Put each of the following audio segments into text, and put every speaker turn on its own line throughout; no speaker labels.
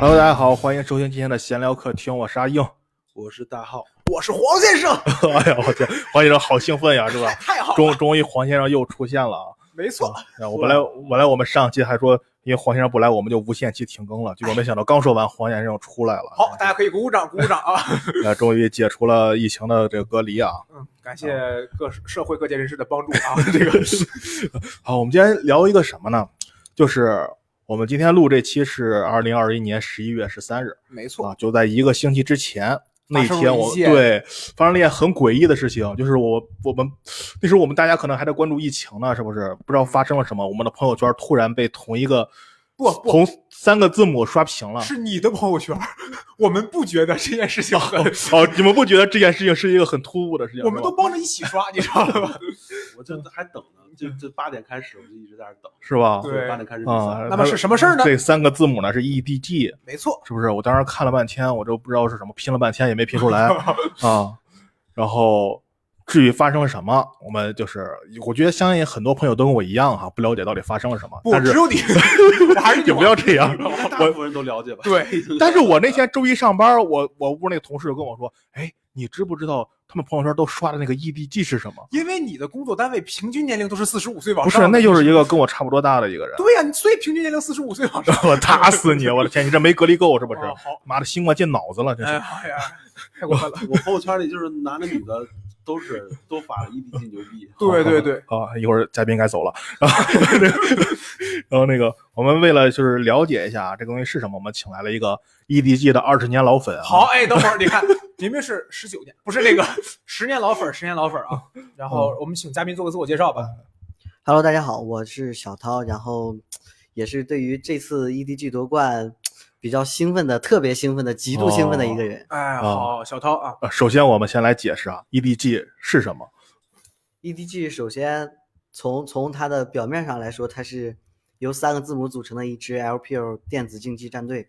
大家好，欢迎收听今天的闲聊客厅，我是阿硬。
我是大浩，我是黄先生，
哎呀，我天，黄先生好兴奋呀，是吧？
太 好了，
终终于黄先生又出现了啊！
没错，
啊我本来本来我们上期还说，因为黄先生不来，我们就无限期停更了，结果没想到刚说完，黄先生出来了。
好，大家可以鼓鼓掌，鼓鼓掌 啊！
呃，终于解除了疫情的这个隔离啊。
嗯，感谢各社会各界人士的帮助 啊！这个
好，我们今天聊一个什么呢？就是我们今天录这期是二零二一年十一月十三日
没错，
啊，就在一个星期之前。那一
发生了
天我
一件
对发生了一件很诡异的事情，就是我我们那时候我们大家可能还在关注疫情呢，是不是？不知道发生了什么，我们的朋友圈突然被同一个
不不
同三个字母刷屏了。
是你的朋友圈， 我们不觉得这件事情很，
哦，你们不觉得这件事情是一个很突兀的事情？
我们
是吧
都帮着一 起刷，你知道吗？
我就
嗯
还等呢，就就八点开始，我就一直在那儿等。
是吧？
对
八点开始比
啊
赛，，
那么是什么事儿呢
这三个字母呢是 E D G，
没错，
是不是？我当时看了半天，我都不知道是什么，拼了半天也没拼出 来啊。然后至于发生了什么，我们就是我觉得相信很多朋友都跟我一样哈，不了解到底发生了什么。
不，
但
只
是
有你，我还是
也不要这样。
应 该大部分人都了解吧？
对，
但是我那天周一上班，我我屋那个同事就跟我说：“哎，你知不知道他们朋友圈都刷的那个 EDG 是什么？”
因为你的工作单位平均年龄都是四十五岁往
不
上
是，
的，
那就是一个跟我差不多大的一个人。，
对呀，所以平均年龄四十五岁往上
我打死你！我的天，你这没隔离够是不是
哦好？
妈的，新冠进脑子了，真
哎
是。
呀，太过 分了，
我朋友圈里就是男的女的都是都发了一笔劲牛逼。
对对对，
啊，一会儿嘉宾该走了。 然后，然后那个，我们为了就是了解一下这个东西是什么，我们请来了一个 EDG 的二十年老粉、啊。
好，，哎，等会儿你看，明明是十九年，不是那个十年老粉儿，十年老粉儿啊。然后我们请嘉宾做个自我介绍吧。
Hello，大家好，我是小涛，然后也是对于这次 EDG 夺冠比较兴奋的，特别兴奋的，极度兴奋的
哦
一个人。
哎，好，小涛啊，
呃，首先我们先来解释啊，EDG 是什么？
EDG E 首先从从它的表面上来说，它是由三个字母组成的一支 LPL 电子竞技战队。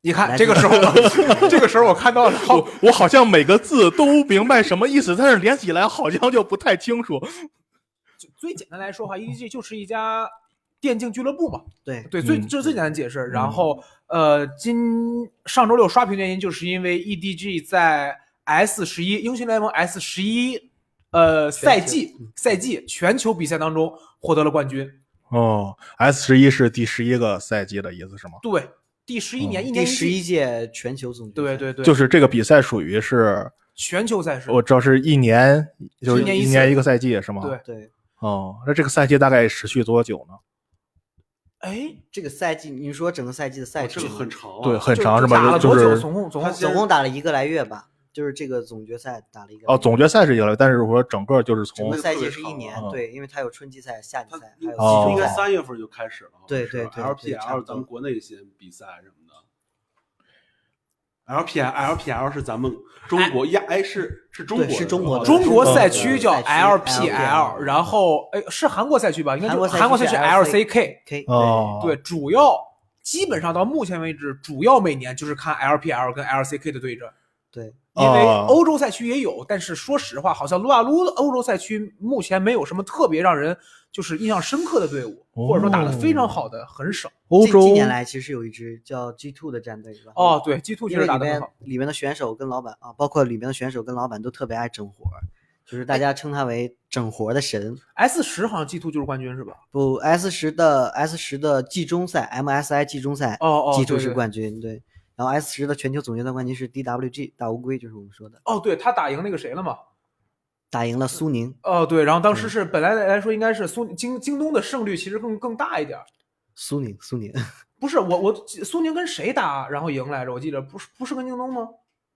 你看
来
这个时候
自，
这个时候我看到了，
我我好像每个字都明白什么意思，但是连起来好像就不太清楚。
就最简单来说哈，EDG 就是一家电竞俱乐部嘛，
对，
对，最
嗯
这是最简单的解释。然后呃，今上周六刷屏的原因就是因为 EDG 在 S 十一英雄联盟 S 十一呃赛季赛季全球比赛当中获得了冠军，
哦，S 十一是第十一个赛季的意思是吗？
对，第十一年一年
哦第
一
十
季
一届全球总决赛。
对对对，
就是这个比赛属于是，
全球赛事。
我知道是一年，就是
一年一
一
次
年一个赛季是吗？
对。
对，
哦，那这个赛季大概持续多久呢？
哎，
这个赛季你说整个赛季的赛
哦，
制
这
吗，
个很长啊。
对，很
这
长是
这打
吧？
了
就
多久？
是
总共总
他
共
现
总共打了一个来月吧，就是这个总决赛打了一个来
哦，
月
总决赛是一个了，但是我说整个就是
整
从
个
那
赛
特
季
别
是一
长
年
啊，
对，因为它有春季赛、夏季
他
赛，还有
哦
嗯应
季
该
中赛。
三月份就开始了。
对对对对差不
LPL
多
咱们国内先比赛什么的。LPL LPL 是咱们中国呀，哎是是中国
对
的
是中国的
中国赛区
中
叫
国赛
LPL，
区 LPL
然后哎是韩国赛区吧？应该就
韩国赛区
韩国赛区
是
LCK，
K
哦，
对，主要基本上到目前为止，主要每年就是看 LPL 跟 LCK 的对阵。
对
因为
哦
欧洲赛区也有，但是说实话，好像撸啊撸的欧洲赛区目前没有什么特别让人就是印象深刻的队伍，
哦
或者说打得非常好的很少。
欧
近
洲
近年来其实有一支叫 G Two 的战队，是吧？
哦，，对，G Two 确
因
实
为
打得
里
很
面
好。
里面的选手跟老板啊，包括里面的选手跟老板都特别爱整活儿，就是
哎
大家称他为整活儿的神。
S 十好像 G Two 就是冠军是吧？
不，S 十的 S 十的季中赛，MSI 季中赛
哦哦
，G
对
Two 是
对
冠军，对。然后 S 十的全球总决赛冠军是 DWG 大乌龟，就是我们说的，
哦，对他打赢那个谁了嘛？
打赢了苏宁。
哦，对，然后当时是本来来说应该是苏京京东的胜率其实更更大一点儿，
苏宁，苏宁，
不是我我苏宁跟谁打然后赢来着？我记得不是不是跟京东吗？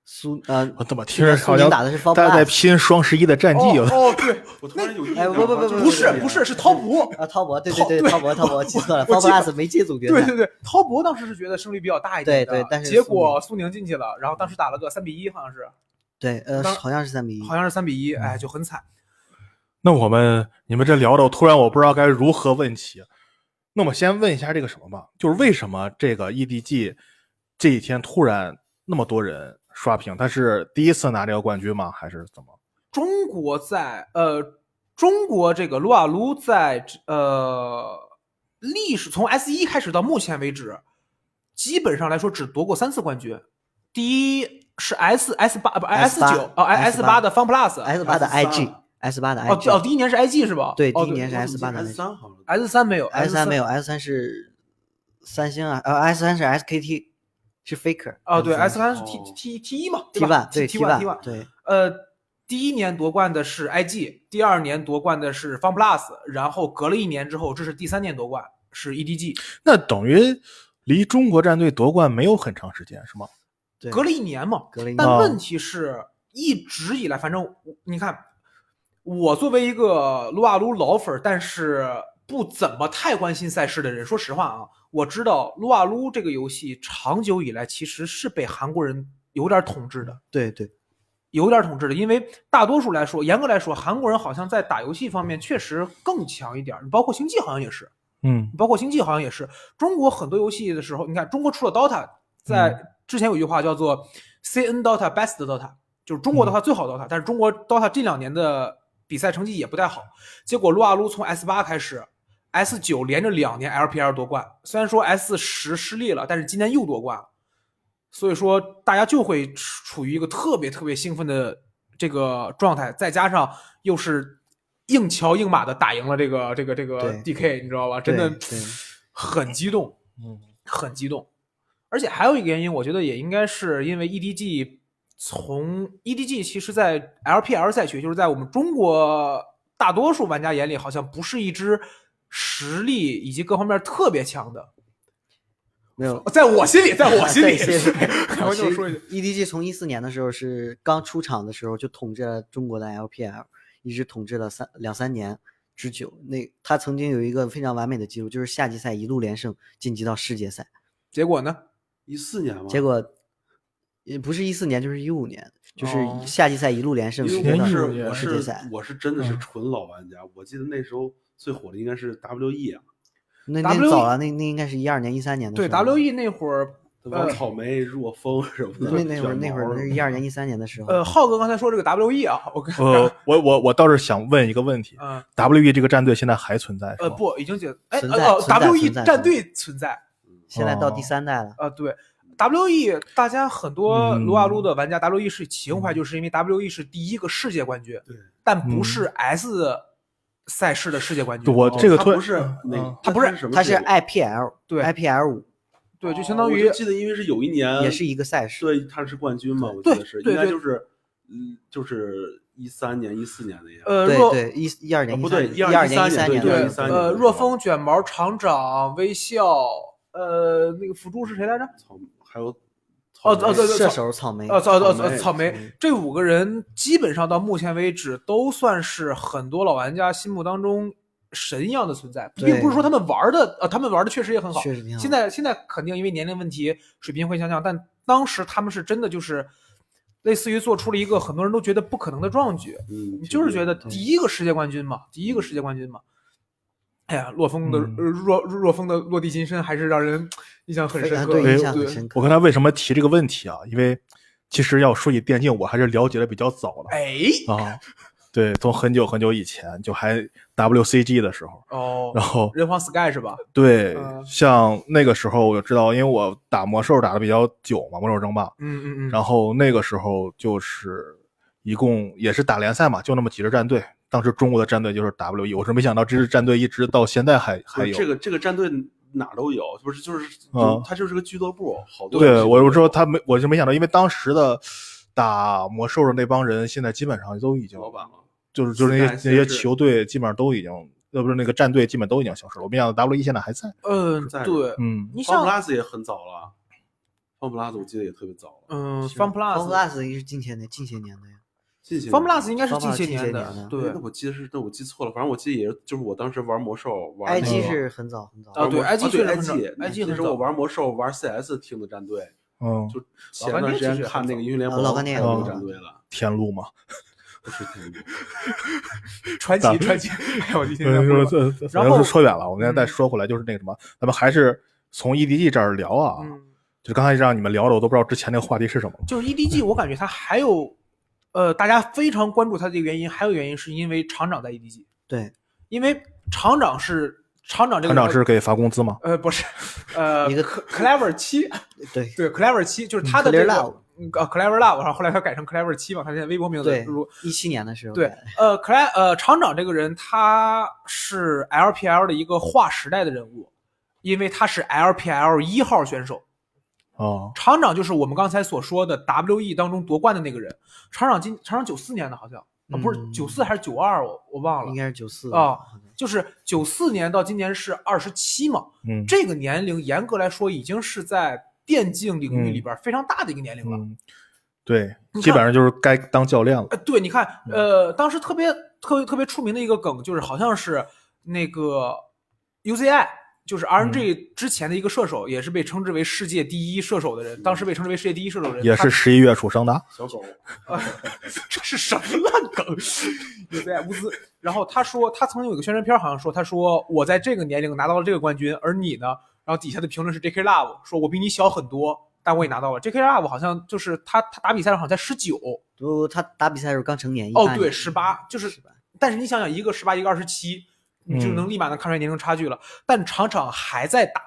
苏呃，
我怎么听着
苏
好
宁
像
打的是 f o
大家在拼双十一的战绩
哦哦对，
我突然有一
哎不不不不
不是不是是滔搏，
啊，滔博，对
滔
对
对
对，滔博滔博，记错了 f
我
o
记得
Plus 没进总决
对
赛
对，对，滔搏当时是觉得胜率比较大一点的，
对对但是
结
苏
果苏宁进去了，然后当时打了个三比一，好像是，
对，呃，
当
好像是三比一，
好像是三比一，哎，就很惨。
那我们你们这聊的，我突然我不知道该如何问起。那我先问一下这个什么吧，就是为什么这个 EDG 这一天突然那么多人刷屏？他是第一次拿这个冠军吗？还是怎么？
中国在呃，中国这个撸啊撸在这呃历史从 S 一开始到目前为止，基本上来说只夺过三次冠军，第一是 S S 八不 S
8
九哦 S 八的 Fun Plus
S 八的
S3
IG S 八的
哦哦
IG，
第一年是 IG 是吧？
对
哦
第一年是 S 八的
S 三好了，
S 三没有
S 三没
有
有，S 三是三星啊，呃 S 三是 SKT，是 Faker
哦对 S 三是
哦
T T T 一嘛
T
吧
one 对
T
T
one T
one 对
呃，第一年夺冠的是 IG，第二年夺冠的是 FunPlus，然后隔了一年之后，这是第三年夺冠是 E EDG，
那等于离中国战队夺冠没有很长时间，是吗？
对，
隔了一年嘛。
格林
但
哦
问题是，一直以来，反正我你看，我作为一个撸啊撸老粉儿，但是不怎么太关心赛事的人，说实话啊，我知道撸啊撸这个游戏长久以来其实是被韩国人有点统治的。
对对
有点统治的，因为大多数来说，严格来说，韩国人好像在打游戏方面确实更强一点儿，包括星际好像也是，
嗯
包括星际好像也是。中国很多游戏的时候，你看中国除了 DOTA，在之前有句话叫做 “CN DOTA best DOTA”，就是中国的话最好 DOTA，、但是中国 DOTA 这两年的比赛成绩也不太好。结果撸啊撸从 S 八开始，S 九连着两年 LPL 夺冠，虽然说 S 十失利了，但是今年又夺冠了。所以说大家就会处处于一个特别特别兴奋的这个状态，再加上又是硬桥硬马的打赢了这个这个这个
对
DK，你知道吧？真的
对对
很激动，
嗯，
很激动。而且还有一个原因，我觉得也应该是因为 EDG 从 EDG 其实，在 LPL 赛区，就是在我们中国大多数玩家眼里，好像不是一支实力以及各方面特别强的。哦
没有。
在我心里，在我心里，
对谢谢
我这么说一句，
EDG E 从一四年的时候是刚出场的时候就统治了中国的 LPL，一直统治了三两三年之久。那他曾经有一个非常完美的记录，就是夏季赛一路连胜晋级到世界赛。
结果呢？
一四年嘛，
结果也不是一四年，就是一五年，就是
哦
夏季赛一路连胜，
因
直接
为
年
我
到
是
一五年
我
世界赛
是。我是真的是
嗯
纯老玩家，我记得那时候最火的应该是 WE 啊，
那
WE
那早了，那那应该是一二年、一三年的
对
事儿了。
，WE 那会儿，
嗯
对吧？草莓、若风什么的，
那那会儿
卷
那会
毛
儿是
什么
一二年、一三年的时候。
呃，浩哥刚才说这个 WE 啊，我跟，
呃，我我我倒是想问一个问题
嗯，
：WE E 这个战队现在还存在是
呃，
吗？
不，已经解，哎，
哦存在
呃哦
存在
，WE
存在
战队存在，
现在到第
哦
三代了，
呃，对，WE 大家很多
嗯
撸啊撸的玩家，WE 是起红牌，就是因为 WE 是第一个世界冠军，
对，
但不是 S 赛事的世界冠军。
我这个
哦他
突然
不是那
嗯
个，
他不是
什么
它是
世界杯
IPL，
对
IPL 五
对，就
哦
相当
我
于
记得，因为是有一年
也是一个赛事。
对，他是冠军嘛，我记
对
得是，
对
应该
对
就是，嗯，就是一三年、一四年那样。
呃，
对
若
对，一一二年
啊
13、
不对
一
12
年、
13
年
年
对
的
对
时候
13
呃，
年
若风、卷毛、厂长、微笑，呃，那个辅助是谁来着？
草还有
哦
草
哦对对
射手草莓，
呃，草草
草
草
莓
草莓，这五个人基本上到目前为止都算是很多老玩家心目当中神一样的存在，
对
并不是说他们玩的，呃，他们玩的确实也很好。
确实挺好。
现在现在肯定因为年龄问题水平会下降，但当时他们是真的就是类似于做出了一个很多人都觉得不可能的壮举，
嗯，
你就是觉得
对
第一个世界冠军嘛，第一个世界冠军嘛。哎呀，洛风的、
嗯
呃若若风的落地金身还是让人印象很
非
深
常
刻的。
对印象
对
很深刻。
我刚才为什么提这个问题啊？因为其实要说起电竞，我还是了解的比较早的
哎，
啊。对，从很久很久以前，就还 WCG 的时候，
哦，
然后
人皇 Sky 是吧？
对
嗯，
像那个时候我知道，因为我打魔兽打的比较久嘛，魔兽争霸，
嗯嗯嗯。
然后那个时候就是一共也是打联赛嘛，就那么几支战队。当时中国的战队就是 WE，我是没想到这支战队一直到现在还还
不是
有。
这个这个战队哪儿都有，不是就是
啊
有他就是个俱乐部，好多
对，
人
我
俱乐
就
部
说他没，我就没想到，因为当时的打魔兽的那帮人，现在基本上都已经
老板了，
就是就是那
现
些
在
那些
是
球队基本上都已经，呃，不是那个战队基本都已经消失了。我没想到 WE 现在还在。
嗯，
在
对，
嗯，
你
方
像
plus 也很早了，方 plus 我记得也特别早了，
嗯
是
Fun
方
Plus。
Plus 也是近些年近些年的呀，
近些
Fun
年
Plus 应该是
Fun
近
Plus
些
近些
年的
年，的
对
那，我记得是，那我记错了，反正我记得也是就是我当时玩魔兽玩那
IG
个
是很早很早
啊
玩
对
魔
IG
啊
确实
对
很早 IG
IG 那
很
时
早
候我玩魔兽玩 CS 听的战队，
嗯，
就前段时间看那个英雄联
啊老
盟
干爹
看
也
是
那个
这
战
样
队了，
天路嘛，
不是天路
传
咋
奇传奇， 哎呦，我今天在
说
说，
这这咱
然
要
后
呃是说远了，我们再
嗯
说回来，就是那个什么，咱们还是从 EDG 这儿聊啊，
嗯，
就刚才让你们聊的，我都不知道之前那个话题是什么了。
就是 EDG，我感觉它还有，呃，大家非常 E 关注它这个原因，还有原因是因为厂长在 EDG，
对
因为厂长是厂长这个
团长是给发工资吗？
呃不是，呃
一个
Cle- Clever 七，
对
对 Clever 七就是他的
Clear
这个
Love
嗯呃 Clever Love，然后后来他改成 Clever 七嘛，他现在微博名字
对
如，
一七年的时候
对
改的，
呃 c l a 呃厂长这个人，他是 LPL 的一个划时代的人物，因为他是 LPL 一号选手。
哦，
厂长就是我们刚才所说的 WE 当中夺冠的那个人。厂长今厂长九四年的好像，啊不是
嗯
九四还是九二，我我忘了
应。该是九四
哦，就是九四年到今年是二十七嘛，
嗯，
这个年龄严格来说已经是在电竞领
嗯
域里边非常大的一个年龄了。
嗯，对，
你
基
看
本上就是该当教练了。
呃，对，你看，
嗯
呃，当时特别特别特别出名的一个梗，就是好像是那个 UCI，就是
嗯
RNG 之前的一个射手，也是被称之为世界第一射手的人，当时被称之为世界第一射手的人，
也
呃他
是十一月出生的，啊
小狗，
这是什么烂梗？有在乌兹。然后他说，他曾经有一个宣传片儿，好像说，他说我在这个年龄拿到了这个冠军，而你呢？然后底下的评论是 J.K. Love 说，我比你小很多，但我也拿到了。J.K. Love 好像就是他，他打比赛的时候好像才十九，
都他打比赛的时候刚成年，
哦
18年
对18就是
18
但是你想想，一个十八，一个二十七，你就
嗯
能立马能看出来年龄差距了。但厂长还在打，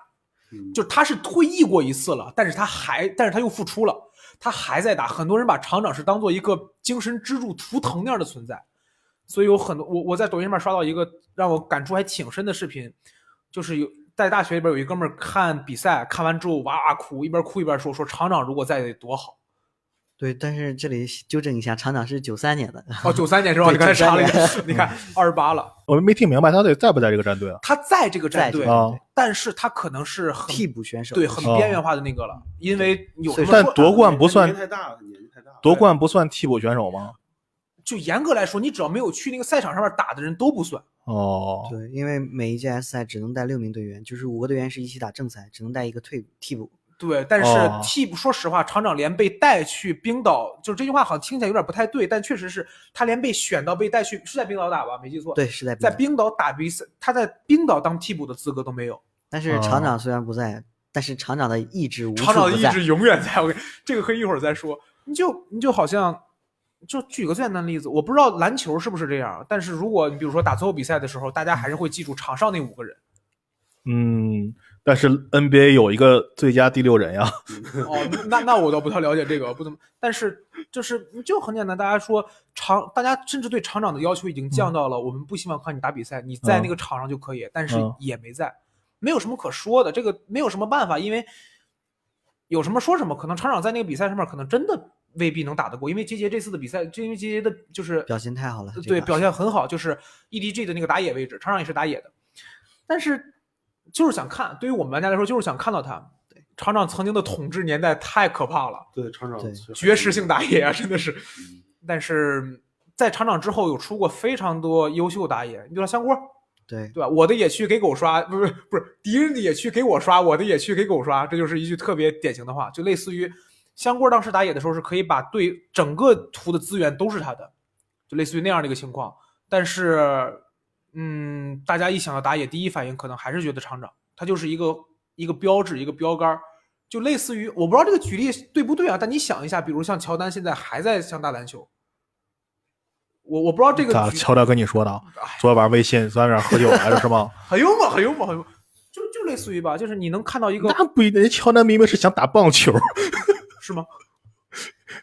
嗯
就他是退役过一次了，但是他还，但是他又复出了，他还在打。很多人把厂长是当做一个精神支柱、图腾那样的存在，所以有很多我我在抖音上面刷到一个让我感触还挺深的视频，就是有在大学里边有一哥们儿看比赛，看完之后哇哇哭，一边哭一边说说厂长如果在得多 好。
对，但是这里纠正一下，厂长是九三年的，
哦，九三年是吧？
对
你刚才查了一
93
下，你 看二十八了，
我没听明白他得在不在这个战队啊？
他在这个战
在这
队
个，
啊，
但是他可能是很
替补选手
对很
哦
边缘化的那个了，因为有
所以
什么
但
说
夺冠不算
年纪太大了，年纪太大了。
夺冠不算替补选手吗？
就严格来说，你只要没有去那个赛场上面打的人都不算。
哦，
对，因为每一届 S 赛只能带六名队员，就是五个队员是一起打正赛，只能带一个退替补。
对，但是
哦
替补，说实话，厂长连被带去冰岛，就是这句话好像听起来有点不太对，但确实是他连被选到被带去是在冰岛打吧，没记错。，
对，是在
在
冰岛。
冰岛打比赛，他在冰岛当替补的资格都没有。
但是厂长虽然不在，但是厂长的意志无处
厂哦长的
不
意
在。
志永远在。我跟 这个可以一会儿再说。你就你就好像，就举个最简单的例子，我不知道篮球是不是这样，但是如果你比如说打最后比赛的时候，大家还是会记住场上那五个人。
嗯，但是 NBA 有一个最佳第六人 呀，
哦，那那我倒不太了解这个，不怎么。但是就是就很简单，大家说厂，大家甚至对厂长的要求已经降到了，我们不希望看你打比赛，你在那个场上就可以，但是
嗯
也没在，没有什么可说的，这个没有什么办法，因为有什么说什么，可能厂长在那个比赛上面可能真的未必能打得过，因为杰杰这次的比赛，就因为杰杰的就是呃
表现太好了，
对，表现很好，就是 EDG 的那个打野位置，场上也是打野的，但是就是想看，对于我们玩家来说，就是想看到他。厂长曾经的统治年代太可怕了，
对厂长嗯
对
绝食性打野啊，真的是。但是在厂长之后，有出过非常多优秀打野，你比如说香锅，
对
对吧？我的野区给狗刷，不是不是，敌人的野区给我刷，我的野区给狗刷，这就是一句特别典型的话，就类似于香锅当时打野的时候是可以把对整个图的资源都是他的，就类似于那样的一个情况。但是，嗯，大家一想到打野，第一反应可能还是觉得厂长，他就是一个一个标志，一个标杆儿，就类似于我不知道这个举例对不对啊？但你想一下，比如像乔丹现在还在想打篮球，我我不知道这个
咋
举
乔丹跟你说的啊？昨天晚上微信咱俩喝酒来着是 吗？
很幽默，很幽默，很幽默，就就类似于吧，就是你能看到一个
那不一定，人乔丹明明是想打棒球，
是吗？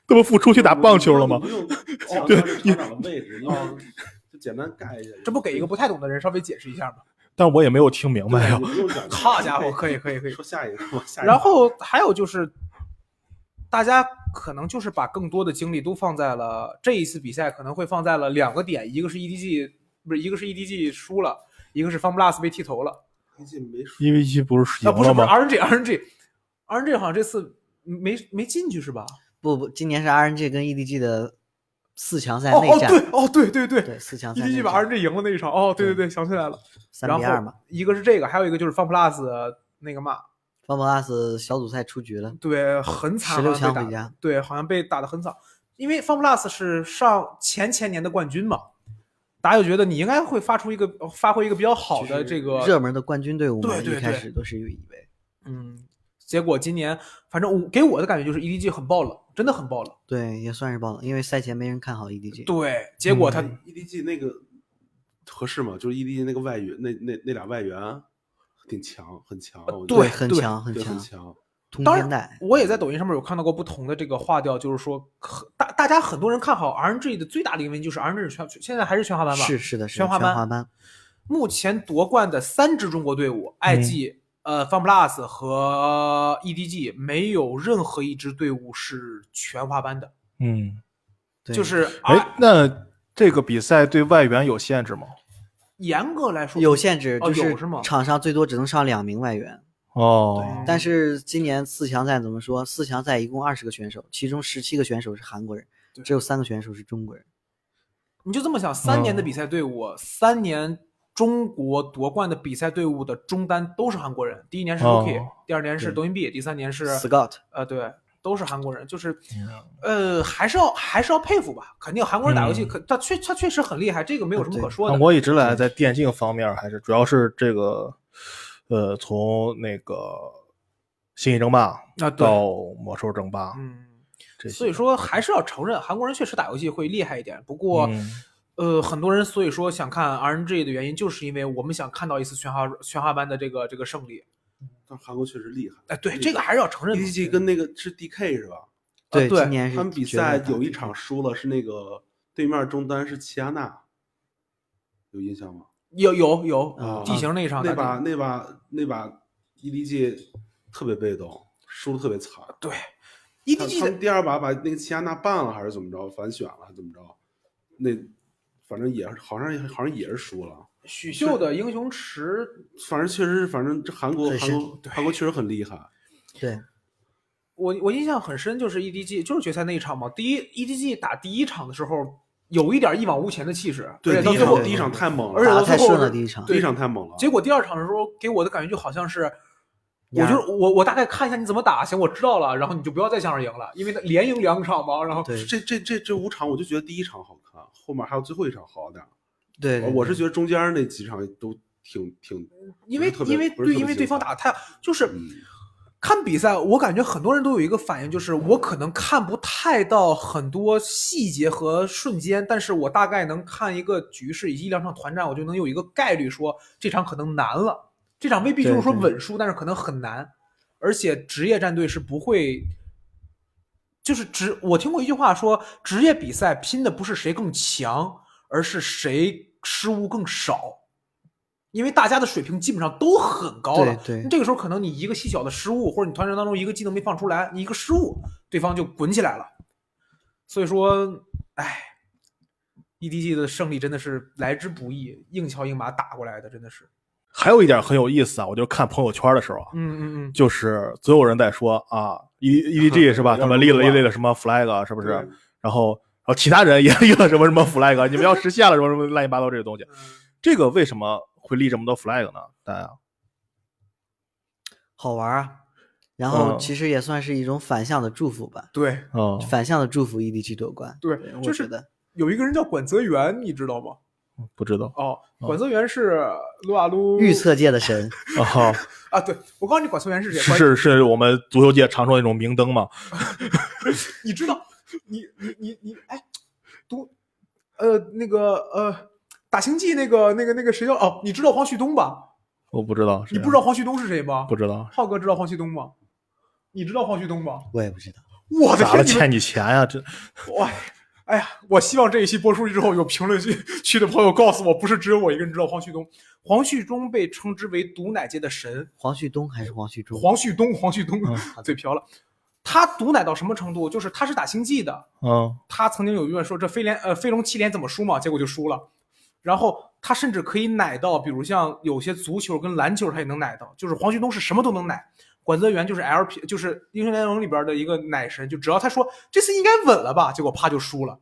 这不复出去打棒球了吗
不？用强调这厂长的位置，因为 就简单盖一下。
这不给一个不太懂的人稍微解释一下吗？
但我也没有听明白呀
对，。你不用讲。
好家伙，可以可以可以。
说下一个吧，下一个。
然后还有就是，大家可能就是把更多的精力都放在了这一次比赛，可能会放在了两个点，一个是 EDG 不是，一个是 EDG 输了，一个是 FunBlast 被剃头了。
最近 E 没说，
因为一不是
啊，
赢
不是
了
不
吗？
是 RNG RNG RNG 好像这次没没进去是吧？
不不，今年是 RNG 跟 EDG 的四强赛
哦
内
哦
战，
对哦对对对
对四强赛内
，EDG 把
战
RNG 赢了那一场。哦对对对，想起来了。
三比
然
二
后
嘛。
一个是这个，还有一个就是 FunPlus 那个嘛，
方博拉斯小组赛出局了，
对，很惨，
16
好像被
强
打
回家
对，好像被打得很惨，因为 FunPlus 是上前前年的冠军嘛，大家就觉得你应该会发出一个发挥一个比较好的这个
热门的冠军队伍嘛，
对对
一开
对
始都是有以为。
嗯，结果今年反正我给我的感觉就是 EDG 很爆冷，真的很爆冷，
对，也算是爆冷，因为赛前没人看好 EDG。
，E
对，结果他、
EDG 那个合适吗？就是 EDG 那个外援，那那那俩外援挺强，很强，我觉
呃对
得
很
对
强很
对
强
很，强。
通
当
天
然
带，，
我也在抖音上面有看到过不同的这个话调，就是说，很大大家很多人看好 RNG 的最大的一个原因就是 RNG 全现在还是全华班吧？
是是的是
全
的
华班
全华班，嗯
目前夺冠的三支中国队伍，IG、呃 FunPlus 和 EDG，没有任何一支队伍是全华班的，
嗯，
对
就是
哎
啊，，
那这个比赛对外援有限制吗？
严格来说
有限制，
哦
就
有是吗
场上最多只能上两名外援。
哦，
但是今年四强赛怎么说？四强赛一共二十个选手，其中十七个选手是韩国人
对，
只有三个选手是中国人。
你就这么想，三年的比赛队伍，
嗯
三年中国夺冠的比赛队伍的中单都是韩国人，第一年是
哦
Rookie，、第二年是
对
抖音币，第三年是
Scott
呃，对，都是韩国人，就是，
嗯
呃，还是要还是要佩服吧，肯定韩国人打游戏，
嗯
可他确他确实很厉害，这个没有什么
啊对
可说
那
的。嗯
我一直来在电竞方面还是主要是这个，呃，从那个星际争霸
啊对
到魔兽争霸，
嗯，
这些
所以说还是要承认韩国人确实打游戏会厉害一点，不过。
嗯
呃，很多人所以说想看 RNG 的原因，就是因为我们想看到一次全华全华班的这个这个胜利。
但韩国确实厉害。
哎，对，这个还是要承认的。
EDG ，E 跟那个是 DK 是吧？
对
今年是
他们比
决
赛
赛打
有一
的
场输了，是那个对面中单是齐亚娜，有印象吗？
有有有
啊
地形那一场
那
打
把
的，
那把那把 EDG 特别被动，输的特别惨。
对
他
EDG
他
的
们第二把把那个齐亚娜办了还是怎么着，反选了还是怎么着？那反正也是好像好像也是输了，
许秀的英雄池
反正确实是，反正这韩国
很
韩国韩国确实很厉害。
对
我我印象很深，就是 EDG 就是决赛那一场嘛。第一 EDG 打第一场的时候，有一点一往无前的气势，而且
到
到
最
最
后
后
第一场太猛了，
而且
打
到
得
最
太
后
顺了
是
第一场，
第一场太猛了。
结果第二场的时候给我的感觉就好像是，我
压
就我我大概看一下你怎么打，行，我知道了，然后你就不要再想着赢了，因为他连赢两场嘛，然后
对
这这这这五场，我就觉得第一场好看，后面还有最后一场好点儿。
哦
对，对
我是觉得中间那几场都挺挺，
因为
不是特别
因为
不是
对
特别
因为对
精
方打
彩
得太就是
嗯
看比赛，我感觉很多人都有一个反应，就是我可能看不太到很多细节和瞬间，但是我大概能看一个局势以及一两场团战，我就能有一个概率说这场可能难了，这场未必就是说
对对
稳输，但是可能很难。而且职业战队是不会，就是职我听过一句话说，职业比赛拼的不是谁更强，而是谁失误更少。因为大家的水平基本上都很高了，
对对
这个时候可能你一个细小的失误，或者你团战当中一个技能没放出来，你一个失误，对方就滚起来了。所以说，哎，EDG 的胜利真的是来之不易，硬桥硬马打过来的，真的是。
还有一点很有意思啊，我就看朋友圈的时候啊，
嗯嗯嗯，
就是所有人在说啊，E E D G 是吧？
要
他们
入
立了一
冠
类的什么 flag 啊是不是
对？
然后然后其他人也 立了什么什么 flag，啊你们要实现了什么什么乱七八糟这些东
嗯
西，这个为什么会立这么多 flag 呢？大家
好玩儿啊。然后
嗯
其实也算是一种反向的祝福吧，
对
嗯，
反向的祝福 EDG 夺冠。
对，
我
就
觉
是
得
有一个人叫管泽元，你知道吗？
不知 道
哦，管泽元是撸啊撸
预测界的神，
啊哈，
啊，对我告诉你，管泽元是谁？
是
管
是是我们足球界常说的那种明灯嘛？
你知道，你你你你，哎，读，呃，那个呃，打星际那个那个那个谁叫哦？你知道黄旭东吧？
我不知道，啊
你不知道黄旭东是谁吗？
不知
啊
道
浩哥知道黄旭东吗？你知道黄旭东吗？
我也不知道。
我的
咋了
天，你们
欠你钱呀、这
哇！哎呀，我希望这一期播出去之后，有评论区区的朋友告诉我，不是只有我一个人知道黄旭东。黄旭东被称之为毒奶界的神，
黄旭东还是黄旭中？
黄旭东，黄旭东、
嗯
嘴瓢了。他毒奶到什么程度？就是他是打星际的，
嗯
他曾经有一段说这飞联呃飞龙七连怎么输嘛，结果就输了。然后他甚至可以奶到，比如像有些足球跟篮球他也能奶到，就是黄旭东是什么都能奶。管泽元就是 LP，就是英雄联盟里边的一个奶神，就只要他说这次应该稳了吧，结果啪就输了。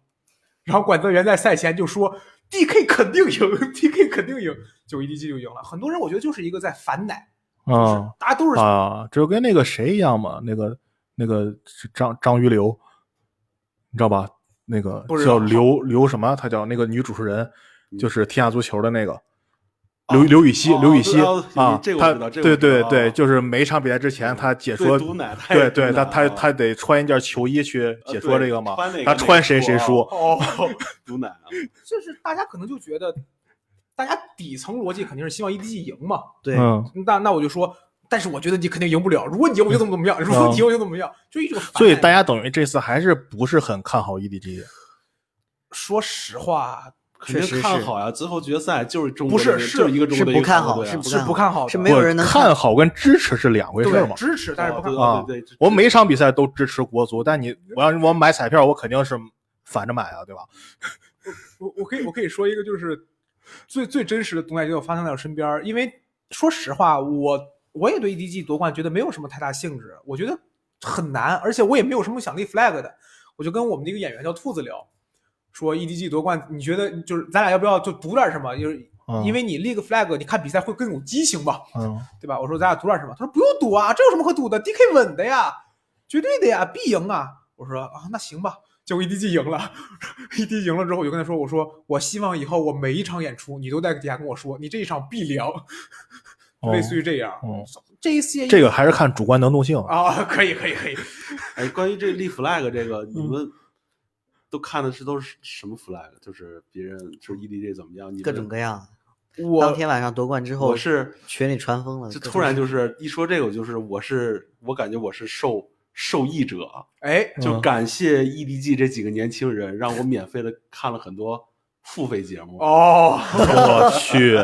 然后管泽元在赛前就说 DK 肯定赢，DK 肯定赢，就 EDG 就赢了。很多人我觉得就是一个在反奶，就是
嗯
大家都是
啊，这就跟那个谁一样嘛，那个那个张张鱼流，你知道吧？那个
不知道
叫刘刘什么？她啊叫那个女主持人，就是天下足球的那个。
嗯哦
刘刘禹锡，
哦
刘禹锡
哦
啊，
这个我
她
知道这个
对
我知
对
道
对，
哦
就是每一场比赛之前，她解说，
对毒奶，他
对
也
对，
毒
她
奶
她
啊
她得穿一件球衣去解说这个嘛
呃对穿哪，个
她穿谁
哪个
谁
输
输
啊，哦，毒奶啊，
就是大家可能就觉得大家底层逻辑肯定是希望 EDG 赢嘛。
对，
嗯，
那那我就说，但是我觉得你肯定赢不了。如果你赢，我就怎么怎么样；如果你赢，我就怎么怎么样。就一种反
所以
感
大家等于这次还是不是很看好 E EDG，
说实话
确
肯
实
定看
是
好呀。最后决赛就是中
不
国
是
的人
是
就是一个中
是
国的
不
一个
看
强
好，
队啊
是
是
看
不看好的
是没有人能
我看好跟支持是两回事儿
对
嘛。
支持，但是不看
哦
好。
啊
对对对，
我每场比赛都支持国足，但你我要是我买彩票，我肯定是反着买啊，对吧？
我我可以我可以说一个就是最最真实的东亚就发生在我身边儿，因为说实话，我我也对 EDG 夺冠觉得没有什么太大兴致，我觉得很难，而且我也没有什么想立 flag 的。我就跟我们的一个演员叫兔子聊，说 EDG 夺冠，你觉得就是咱俩要不要就赌点什么？就是
嗯
因为你立个 flag，你看比赛会更有激情吧，
嗯，
对吧？我说咱俩赌点什么？他说不用赌啊，这有什么可赌的？DK 稳的呀，绝对的呀，必赢啊！我说啊，那行吧。结果 EDG 赢了，EDG 赢了之后，我就跟他说：“我说我希望以后我每一场演出，你都在底下跟我说，你这一场必凉，
哦
类似于这样。
哦
这一些
这个还是看主观能动性。
啊， 可以可以可以，
哎，关于这立 flag 这个，
嗯
你们都看的是都是什么 flag？就是别人就是 EDG 怎么样？你
各
们
种各样。当
我
天晚上夺冠之后
我，是
群里传疯了，
就
各
突然
种
就是一说这个，就是我是我感觉我是受受益者，
哎，
就
嗯
感谢 EDG 这几个年轻人，让我免费的看了很多付费节目。
哦，
我 去，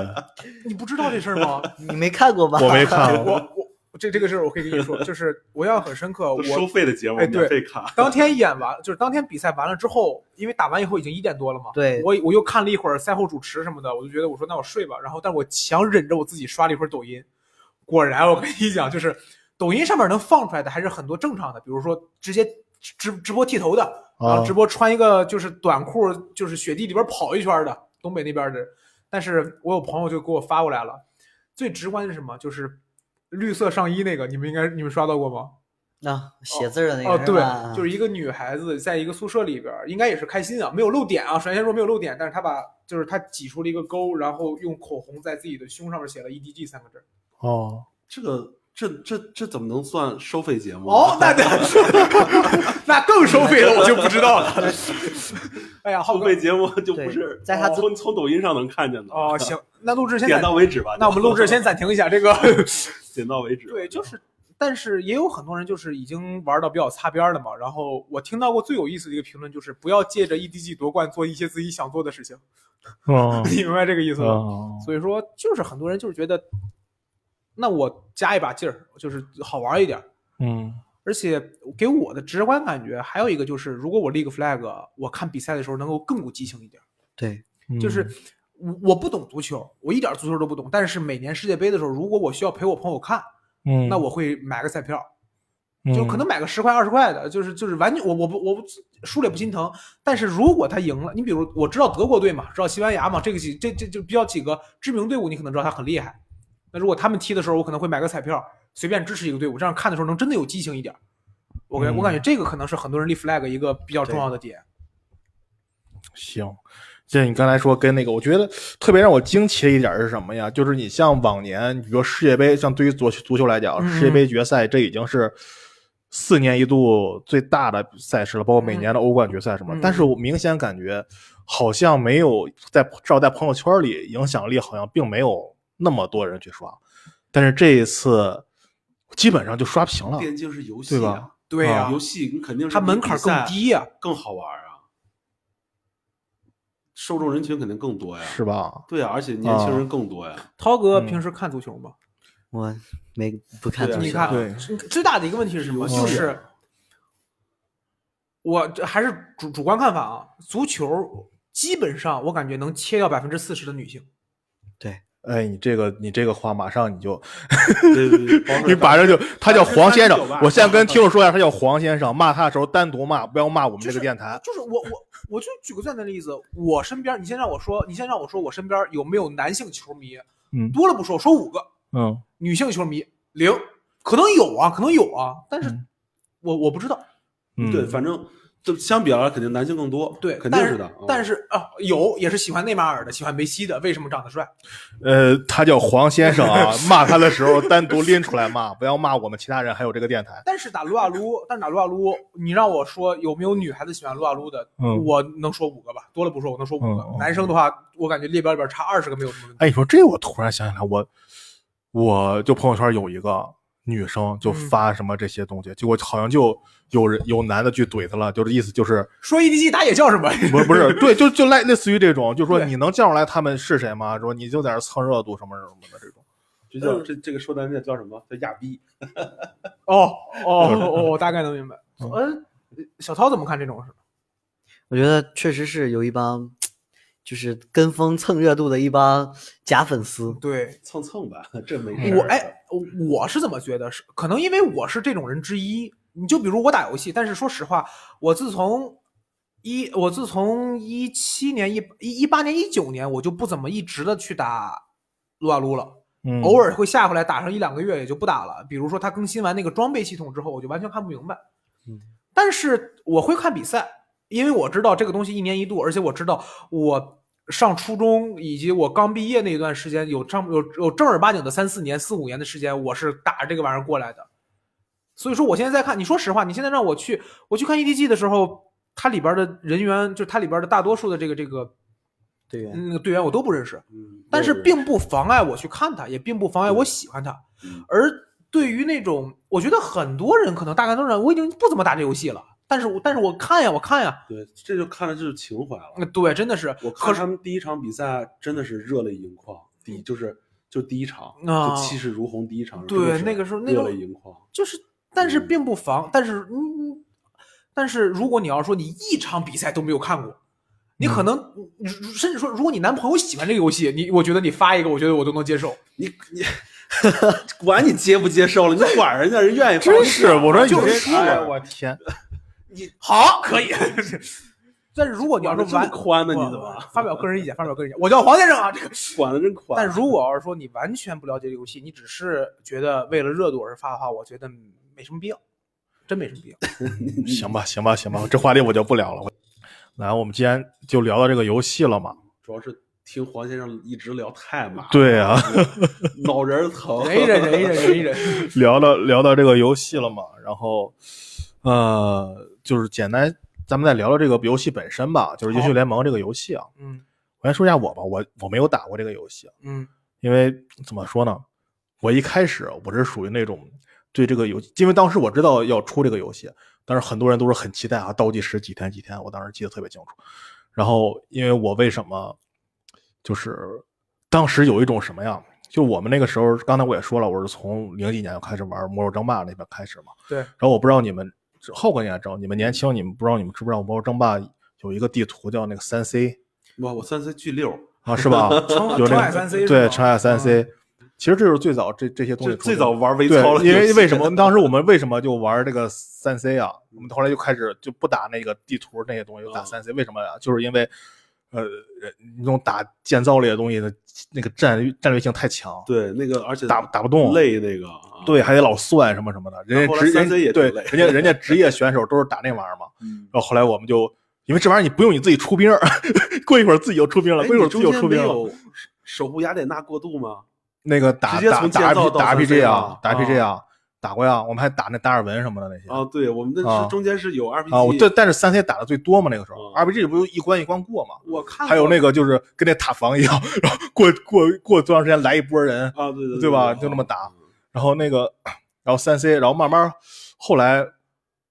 你不知道这事儿吗？
你没看过吧？
我没看
我
过。
我这这个事儿我可以跟你说，就是我印象很深刻，
都
我
收费的节目
哎对
免费看，
当天演完，就是当天比赛完了之后，因为打完以后已经一点多了嘛，
对
我我又看了一会儿赛后主持什么的，我就觉得我说那我睡吧，然后但我强忍着我自己刷了一会儿抖音，果然我跟你讲，就是抖音上面能放出来的还是很多正常的，比如说直接直直播剃头的，然啊
啊
后直播穿一个就是短裤，就是雪地里边跑一圈的，东北那边的。但是我有朋友就给我发过来了，最直观的是什么？就是绿色上衣那个，你们应该你们刷到过吗？
啊，写字儿的那个啊
哦，
是
对
吧，
就是一个女孩子在一个宿舍里边儿，应该也是开心啊，没有露点啊。首先说没有露点，但是她把就是她挤出了一个沟，然后用口红在自己的胸上面写了 “EDG” 三个字儿。
哦，
这个这这这怎么能算收费节目？
哦，那那 那更收费了，我就不知道了。 哎呀，浩
付
哥
费，节目就不
对
是
在他
哦从从抖音上能看见的
哦，，行，那录制先
点
暂
到，为止吧。
那我们录制先暂停一下这个。
点到为止。
对，就是，但是也有很多人就是已经玩到比较擦边儿了嘛。然后我听到过最有意思的一个评论就是，不要借着 EDG 夺冠做一些自己想做的事情。
嗯
你明白这个意思吗？
嗯，
所以说，就是很多人就是觉得，那我加一把劲儿，就是好玩一点儿。
嗯，
而且给我的直观感觉，还有一个就是，如果我立个 flag，我看比赛的时候能够更有激情一点儿。
对，
嗯
就是我我不懂足球，我一点儿足球都不懂，但是每年世界杯的时候，如果我需要陪我朋友看，
嗯，
那我会买个彩票，
嗯
就可能买个十块二十块的，就是就是完全我我不我不输了也不心疼。但是如果他赢了，你比如我知道德国队嘛，知道西班牙嘛，这个几这这就比较几个知名队伍，你可能知道他很厉害。那如果他们踢的时候，我可能会买个彩票，随便支持一个队伍，这样看的时候能真的有激情一点儿。我感
嗯
我感觉这个可能是很多人立 flag 一个比较重要的点。
行，就你刚才说跟那个，我觉得特别让我惊奇的一点是什么呀？就是你像往年，你比如说世界杯，像对于足足球来讲，
嗯
世界杯决赛这已经是四年一度最大的赛事了，包括每年的欧冠决赛什么。
嗯
但是我明显感觉好像没有在至少在朋友圈里影响力好像并没有那么多人去刷，但是这一次基本上就刷屏了。
电竞是游戏
对吧
啊，
对呀、
游戏你肯定是
它
比
门槛
比赛
更低呀
更好玩啊，受众人群肯定更多呀。
是吧？
对啊，而且年轻人更多 呀。
涛哥
嗯
平时看足球吗？
我没不看
对
足
啊
你
球，
看
对，
最大的一个问题是什么？
游戏
就是我这还是主主观看法啊，足球基本上我感觉能切掉百分之四十的女性。
哎，你这个你这个话马上你就
对对对，包括
你马上就，他叫黄先生
39吧。
我现在跟听众说一下，他叫黄先生。骂他的时候单独骂，不要骂我们这个电台。
就是我我我就举个最简单的例子，我身边你先让我说，你先让我说我身边有没有男性球迷？
嗯
多了不说，说五个，
嗯
女性球迷零，可能有啊，可能有啊，但是
嗯
我我不知道。
嗯
对，反正就相比而言，肯定男性更多，
对，
肯定嗯
但
是的。
但
是
是啊，有也是喜欢内马尔的，喜欢梅西的，为什么长得帅？
呃，他叫黄先生啊，骂他的时候单独拎出来骂，不要骂我们其他人，还有这个电台。
但是打撸啊撸，但是打撸啊撸，你让我说有没有女孩子喜欢撸啊撸的，
嗯
我能说五个吧，多了不说，我能说五个。
嗯嗯
男生的话，我感觉列表里边差二十个没有什么问题。
哎，你说这我突然想起来，我我就朋友圈有一个女生就发什么这些东西，结果好像就有人有男的去怼她了，就是意思就是
说 E EDG 打野叫什么？
不是不是对，就就类类似于这种，就说
对
你能叫出来他们是谁吗？说你就在那儿蹭热度什么什么的这种。
这
呃
叫这这个说难听点叫什么？叫亚逼。
哦哦哦，我大概能明白。
嗯
嗯，小涛怎么看这种事？
我觉得确实是有一帮，就是跟风蹭热度的一帮假粉丝。
对，
蹭蹭吧， 这没事儿。啊
我哎，我是怎么觉得是？可能因为我是这种人之一。你就比如我打游戏，但是说实话，我自从一我自从一七年一一一八年一九年，我就不怎么一直的去打撸啊撸了，
嗯，
偶尔会下回来打上一两个月也就不打了。比如说它更新完那个装备系统之后，我就完全看不明白。
嗯，
但是我会看比赛，因为我知道这个东西一年一度，而且我知道我上初中以及我刚毕业那一段时间，有上有有正儿八经的三四年、四五年的时间，我是打着这个玩意儿过来的。所以说，我现在在看，你说实话，你现在让我去我去看 EDG 的时候，它里边的人员，就它里边的大多数的这个这个
对呀，
那个队员，我都不认识。
嗯，
但是
对
并不妨碍我去看它，也并不妨碍我喜欢它
嗯。
而对于那种，我觉得很多人可能大概都认为我已经不怎么打这游戏了，但是我但是我看呀，我看呀，
对，这就看的就是情怀了。
嗯对，真的是，
我
可
看
是
他们第一场比赛真的是热泪盈眶，第
嗯
一就是就第一场，
啊
就气势如虹，第一场
对
真的是
那个时候那
热
种
泪盈眶，
就是，但
嗯
是并不妨，但是嗯，但是如果你要说你一场比赛都没有看过。你可能，嗯甚至说，如果你男朋友喜欢这个游戏，你我觉得你发一个，我觉得我都能接受。
你你管你接不接受了，你管人家人愿意放，
真是，我
啊
说你
就
这
输了
哎呀我天，
你好，可以。 但是如果你要
管
说
的这么
完，
宽呢，你
我
怎么
发表个人意见？发表个人意见，我叫黄先生啊，这个
管的真宽？啊
但如果要是说你完全不了解这个游戏，你只是觉得为了热度而发的话，我觉得没什么必要，真没什么必要。
行吧行吧行吧，这话题我就不聊了。我来，我们既然就聊到这个游戏了嘛，
主要是听黄先生一直聊太麻烦，
对啊，
脑仁儿疼，
忍一忍，忍一忍，忍一 忍。
聊到聊到这个游戏了嘛，然后呃，就是简单，咱们再聊聊这个游戏本身吧，就是《英雄联盟》这个游戏啊。
嗯
我先说一下我吧，我我没有打过这个游戏，啊
嗯
因为怎么说呢，我一开始我是属于那种对这个游戏，因为当时我知道要出这个游戏，但是很多人都是很期待啊，倒计时几天几天，我当时记得特别清楚。然后因为我为什么就是当时有一种什么呀？就我们那个时候，刚才我也说了，我是从零几年就开始玩《魔兽争霸》那边开始嘛。
对
然后我不知道你们后哥应该知道，你们年轻，你们不知道你们知不知道《魔兽争霸》有一个地图叫那个三 C
哇，我三 C 巨六，
啊，是 吧？
澄
有那
澄海
个
三 C 是嗯吗
对澄海三 C，其实这就是最早这这些东西
最
出现
最
的
早玩微
对
操了，，
因为为什么当时我们为什么就玩这个三 C 啊？我们后来就开始就不打那个地图那些东西，就打
嗯
三 C。为什么呀？就是因为，呃，人那种打建造类的东西的那个战略战略性太强，
对那个而且
打打不动，
累那个，啊
对，，还得老算什么什么的。人
后
家
来
职
3C
人
也挺
对
累
人 家人家职业选手都是打那玩意儿嘛。
嗯
然后后来我们就因为这玩意儿你不用你自己出兵儿， 过一会儿自己就出兵了，
哎
过一会儿
你
自
中
己就
间
出
没
兵了。
有守护雅典娜过渡吗？
那个打
直接
打
从
打
建造
RPG
到
打
3C
RPG 啊
吗，
打
啊
RPG 啊，打过呀。我们还打那达尔文什么的那些。
啊，对，我们那
啊
是中间是有 RPG
啊，我对，但是三 C 打的最多嘛，那个时候、
嗯
RPG 不就一关一关过嘛？
我
啊
看
还有那
个
个就是跟那塔防一样，然后过过过多长时间来一波人，
啊，对对
对吧就那么打然后那个，然后三 C，然后慢慢后来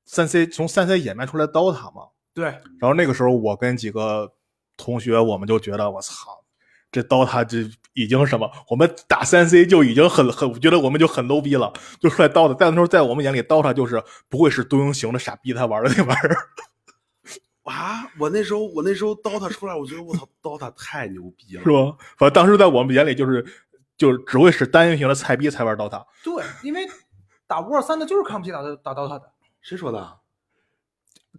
三 C 从三 C 演变出来 DOTA 嘛，
对，
然后那个时候我跟几个同学我们就觉得我操。这 DOTA 这已经什么？我们打三 C 就已经很很，我觉得我们就很 low 逼了，就出来 DOTA。但那时候在我们眼里，DOTA 就是不会是多英雄的傻逼他玩的那玩意儿。
啊！我那时候我那时候 DOTA 出来，我觉得我操，DOTA 太牛逼了，
是？吧？反正当时在我们眼里就是，就是只会是单英雄的菜逼才玩 DOTA。
对，因为打 War 三的就是看不起打打 DOTA 的，
谁说的？啊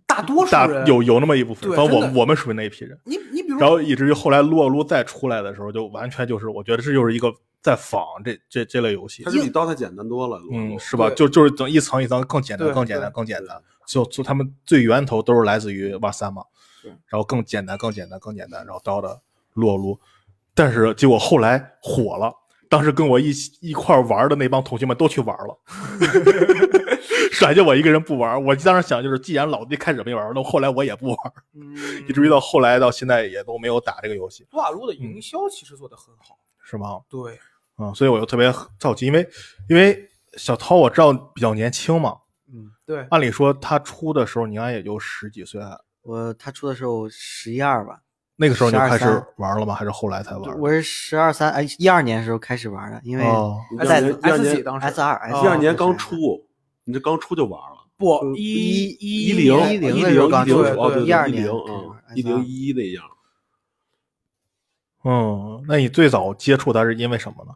大多数
大
人
有有那么一部分，
对
反正我
真
们
的
我们属于那一批人。
你你比如
然后以至于后来撸啊撸再出来的时候，就完全就是，我觉得这就是一个在仿这这这类游戏
它，是比 DOTA 简单多了，
嗯嗯，是吧？就就是等一层一层更简单，
嗯对
更简单，
对
更简单。就就他们最源头都是来自于哇三嘛
对，
然后更简单、更简单、更简单，然后到了撸啊撸，但是结果后来火了。当时跟我一起一块儿玩的那帮同学们都去玩 了，甩下我一个人不玩。我当时想，就是既然老弟开始没玩，那后来我也不玩，
嗯
一直于到嗯后来到现在也都没有打这个游戏，
撸啊撸的营销其实做得很好，
是吗？
对，
嗯，所以我就特别好奇，因为因为小涛我知道比较年轻嘛，
嗯，
对，
按理说他出的时候你应该也就十几岁，
我他出的时候十一二吧，
那个时候你就开始
12
玩了吗？还是后来才玩？
我是十二三哎一二年的时候开始玩的，因为
哦，
你
在
二年，一二
S 几
年，
当时
S 二 S
哦
一二
啊
年刚出，你这刚出就玩了，
不
一
一
一
一
零
一
零
零
一
的时候刚
零
出
哦
对
对
一
二
一
年
零
开始玩
啊一零一一那样，
嗯，那你最早接触它是因为什么呢？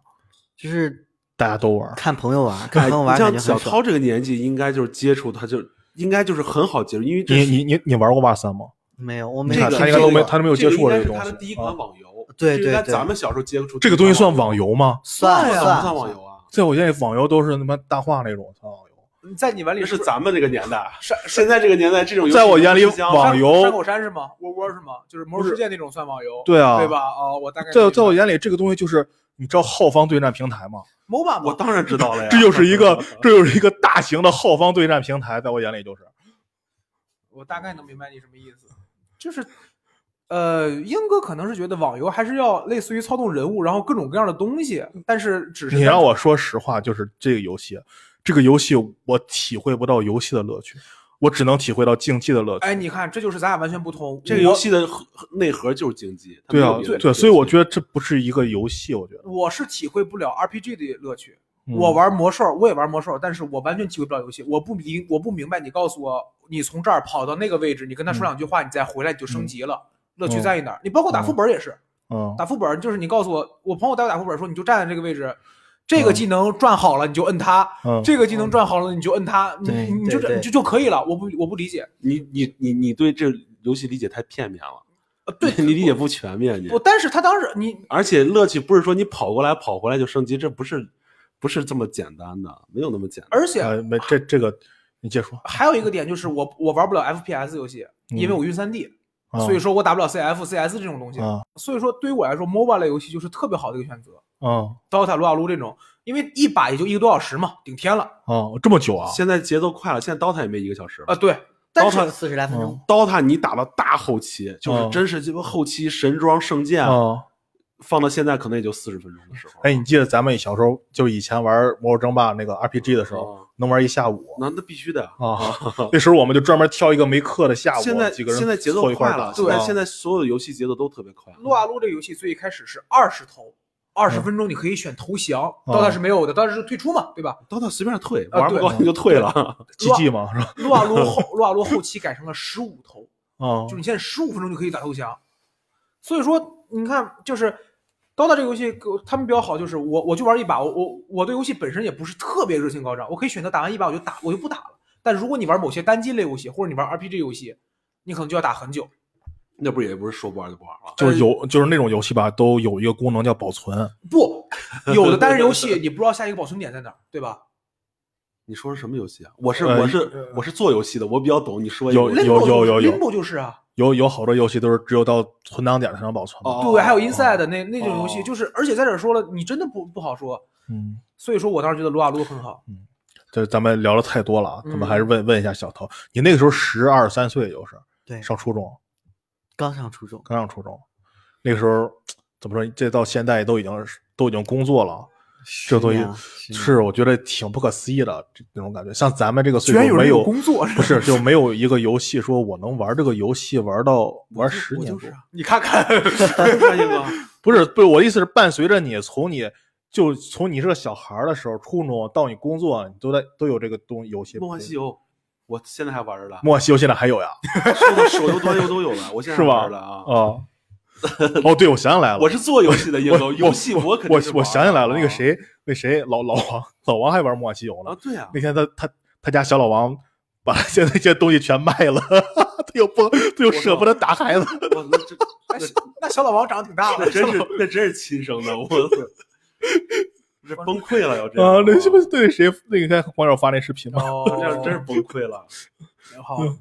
就是
大家都玩儿，
看朋友玩，看朋
哎
友玩
你
感觉
像
很
小
爽
涛这个年纪，应该就是接触他就应该就是很好接触，因为这
你
是
你你你玩过哇三吗？
没有，我没
你
这
看
个
他应该都没
这个
他都没有接触过
这
这
个
个
应
东西啊
该是他的第一款网游，
对
这应该
对对
咱们小时候接触
这个东西算
网游
网游吗？
算
呀不算
算
网游啊，
在我眼里，网游都是他妈大话那种，算网游。
在你眼里
这是
不
咱们这个年代，啊
山
现在这个年代这种游戏
在我眼里
都不香了
网
山
游
山口山是吗？窝窝是吗？就是魔兽世界那种算网游，
对啊，
对？吧？哦，我大概
在在我眼里，这个东西就是你知道后方对战平台吗？
MOBA
我
嘛，
当然知道了呀，
这就是一 个，这就是一个大型的后方对战平台，在我眼里就是。
我大概能明白你什么意思，就是。呃，英哥可能是觉得网游还是要类似于操纵人物，然后各种各样的东西，但是只是
你让我说实话，就是这个游戏，这个游戏我体会不到游戏的乐趣，我只能体会到竞技的乐趣。
哎，你看，这就是咱俩完全不同。
这个游戏的核内核就是竞技，它
对
没有
啊，
别的
对，
东西
所以我觉得这不是一个游戏，我觉得
我，我是体会不了 RPG 的乐趣。
嗯
我玩魔兽，我也玩魔兽，但是我完全体会不了游戏。我不明，我不明白，你告诉我，你从这儿跑到那个位置，你跟他
嗯
说两句话，你再回来你就升级了，乐趣
嗯
在于哪儿？你包括打副本也是，
嗯，
打副本就是你告诉我，我朋友带我打副本说，你就站在这个位置。这个技能转好了你就摁它，
嗯
这个技能转好了你就摁它，你
嗯对
你就
对
这
对
你就就可以了。我不我不理解，
你你你你对这游戏理解太片面了，
呃对
你理解不全面，你
我但是他当时你
而且乐趣不是说你跑过来跑回来就升级，这不是不是这么简单的，没有那么简单。
而且
呃，没这这个你接着说，
还有一个点就是我我玩不了 FPS 游戏，因
嗯
为我晕三 D，、
啊
所以说我打不了 CF、CS 这种东西。
嗯
啊
所以说对于我来说，MOBA 类游戏就是特别好的一个选择
啊
，DOTA、撸啊撸这种，因为一把也就一个多小时嘛，顶天了
啊，这么久啊？
现在节奏快了，现在 DOTA 也没一个小时了。
啊。对，但是
四十来分钟，
DOTA 你打到大后期，就
嗯
是真是鸡巴后期神装圣剑，
啊，
放到现在可能也就四十分钟的时候。
哎，你记得咱们小时候就以前玩《魔兽争霸》那个 RPG 的时候，
啊，
能玩一下午
那那必须的。
啊。 那时候我们就专门挑一个没课的下午，
嗯现在
几个人
现在节奏
凑一块
快
儿
了
打，
现在
啊
现在所有游戏节奏都特别快。
撸啊撸这个游戏最一开始是二十投，二
嗯
十分钟你可以选投降、d o t a 是没有的，DOTA 是退出嘛，对 吧？
DOTA 随便退，
啊
玩不
对
过你就退了。
GG 嘛是吧？
撸啊撸后撸啊撸后期改成了十五投，
啊
就你现在十五分钟就可以打投降。所以说，你看，就是《DOTA》这个游戏给我，他们比较好，就是我我就玩一把，我我我对游戏本身也不是特别热情高涨，我可以选择打完一把我就打，我就不打了。但如果你玩某些单机类游戏，或者你玩 RPG 游戏，你可能就要打很久。
那不是也不是说不玩就不玩了。
就是有就是那种游戏吧，都有一个功能叫保存。
不，有的单人游戏你不知道下一个保存点在哪儿，对吧？
你说是什么游戏啊？我是
呃
我是我是做游戏的，我比较懂。你说一
有有
个
Limbo 就是
有有
Limbo 就是啊，
有有好多游戏都是只有到存档点儿才能保存的。
哦
对，还有 Inside 那那种游戏，
哦
就是而且在这儿说了，你真的不不好说。
嗯，
所以说我当时觉得撸啊撸很好，
这咱们聊了太多了啊，咱们
嗯
还是问问一下小涛，你那个时候十二三岁，就是
对，
上初中，
刚上初中，
刚上初中，那个时候怎么说？这到现在都已经是都已经工作了，这
十
东西
年了十年
是我啊觉得挺不可思议的这那种感觉。像咱们这个
居
岁
然
数
有人
没
有
有。
工作是
不
吧？
是，就没有一个游戏说我能玩这个游戏玩到玩十
我
年
就
多。
是啊
你看看，
看一个。
不是，不是，我的意思是伴随着你从你就从你是个小孩儿的时候，初中到你工作，你都在都有这个东游戏。
梦幻西
游，
游，我现在还玩着了，
梦幻西游现在还有呀，
手游手游、端游都有了，我现在
是
还
吧
玩着？啊。
啊，哦，对，我想起来了，
我是做游戏的，英
我
哥，游戏
我
肯
我
定是
我
玩
想起来了，那个
啊
谁，那谁老老王，老王还玩梦幻西游
啊，
呢。
对啊，
那天他他他家小老王把他家那些东西全卖了， 他又不他又
知道
舍不得打孩 子。
我那 这
那小老王长得挺大
那
的，
真是那真是亲生的，我这崩溃了要这样
啊，那是不是对谁那个看网友发那视频吗？
哦，
这样真是崩 溃了。
好。
嗯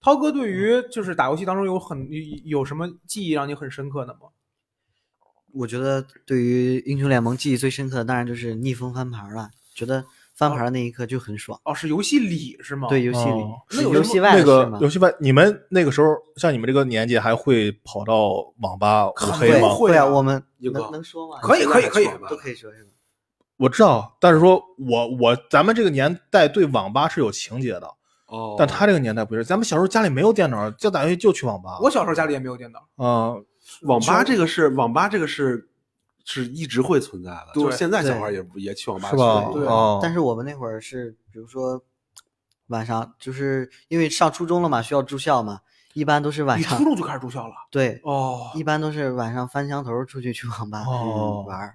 涛哥对于就是打游戏当中有很有什么记忆让你很深刻的吗？
我觉得对于英雄联盟记忆最深刻的，当然就是逆风翻盘了。觉得翻盘那一刻就很爽。
哦，是游戏里是吗？
对游戏里
哦，
那有
游
什么
戏外
那
的事
个
吗？
游戏外，你们那个时候像你们这个年纪，还会跑到网吧
肯
五
定
黑
对
吗？
会
啊，
啊
我们
有个
能能说吗？
可以可以可以
都可以说是吧？
我知道，但是说我我咱们这个年代对网吧是有情节的，
哦，
但他这个年代不是。咱们小时候家里没有电脑，就打游戏就去网吧。
我小时候家里也没有电脑，
啊、
网吧这个是网吧这个是是一直会存在的，
对
就是现在小
对
孩也不也去网吧
是吧？
去
对
哦，
啊但是我们那会儿是，比如说晚上，就是因为上初中了嘛，需要住校嘛，一般都是晚
你初
上
中就开始住校了
对，
哦。
一般都是晚上翻墙头出去去网吧
哦
玩儿。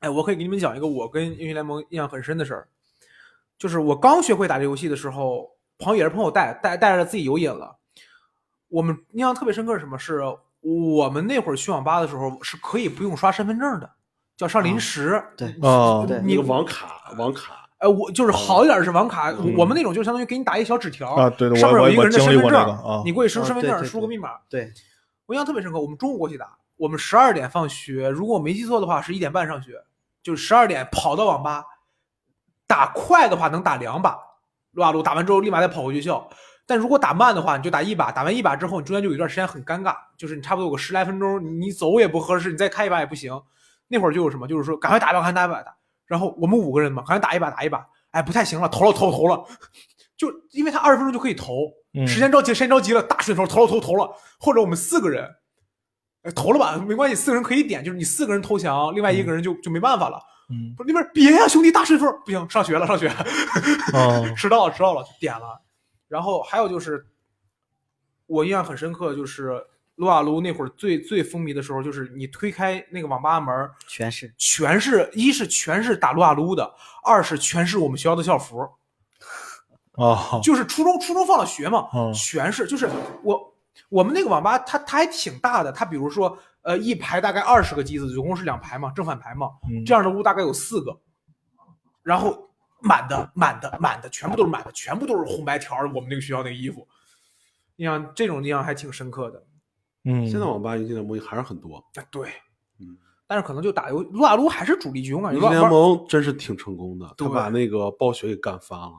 哎，我可以给你们讲一个我跟英雄联盟印象很深的事儿，就是我刚学会打这游戏的时候，朋友也是朋友带带带着自己有瘾了。我们印象特别深刻是什么？是我们那会儿去网吧的时候是可以不用刷身份证的，叫上临时。
啊对
哦
对
嗯
那个网卡网卡，
哎，我就是好一点是网卡，
嗯
我们那种就相当于给你打一小纸条，
哦啊对对
上面
我
有一个
我
人的
经历
身
过
份证，
那个啊
你过去输
啊
身份
对
证，
对
输个
对
密码。
对，
我印象特别深刻，我们中午过去打，我们十二点放学，如果我没记错的话是一点半上学，就是十二点跑到网吧，打快的话能打两把撸啊撸，打完之后立马再跑回学校。但如果打慢的话，你就打一把，打完一把之后，你中间就有一段时间很尴尬，就是你差不多有个十来分钟，你你走也不合适，你再开一把也不行。那会儿就有什么，就是说赶快打一把，赶快打一把打。然后我们五个人嘛，赶快打一把，打一把，哎，不太行了，投了投了投了， 就因为他二十分钟就可以投，
嗯
时间着急，时间着急了，大水头投了投了投了，或者我们四个人，哎，投了吧，没关系，四个人可以点，就是你四个人投降，另外一个人就、就没办法了。
嗯，
不是那边别呀、兄弟，大顺风不行，上学了，上学，
哦
迟到了，迟到了，就点了。然后还有就是，我印象很深刻，就是撸啊撸那会儿最最风靡的时候，就是你推开那个网吧门儿，
全是
全是一是全是打撸啊撸的，二是全是我们学校的校服，
哦，
就是初中初中放了学嘛，
嗯
全是就是我我们那个网吧它它还挺大的，它比如说呃一排大概二十个机子，总共是两排嘛，正反排嘛，
嗯
这样的屋大概有四个，然后满的满的满的全部都是满的，全部都是红白条儿，我们那个学校那个衣服，印象这种印象还挺深刻的。
嗯，
现在网吧英雄联盟还是很多。
啊对，
嗯，
但是可能就打游撸啊撸还是主力军，我感觉
英
撸
雄
啊
联
撸
盟真是挺成功的，他
对
把那个暴雪给干翻了。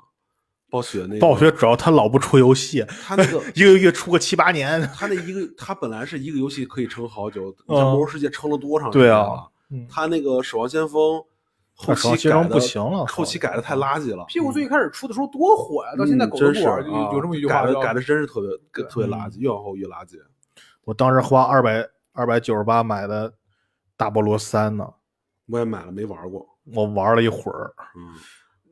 暴雪那个
暴雪主要他老不出游戏，
他那个
一个月出个七八年，
他那一个他本来是一个游戏可以撑好久，
嗯
你像魔兽世界撑了多长时
对
间
啊
了？
嗯
他那个守望先锋后
啊守望
期
先
改
锋
的
不行了嗯
后期
靠
改的太垃圾了。
屁股最开始出的时候多火呀、到现在
嗯
狗都
真
不
是
玩儿，有
啊
有这么一句
改
话
的
叫
改的真是特别
对
嗯
特别垃圾，越往后越垃圾。
我当时花二百二百九十八买的大菠萝三呢，
我也买了，没玩过。
我玩了一会儿，
嗯，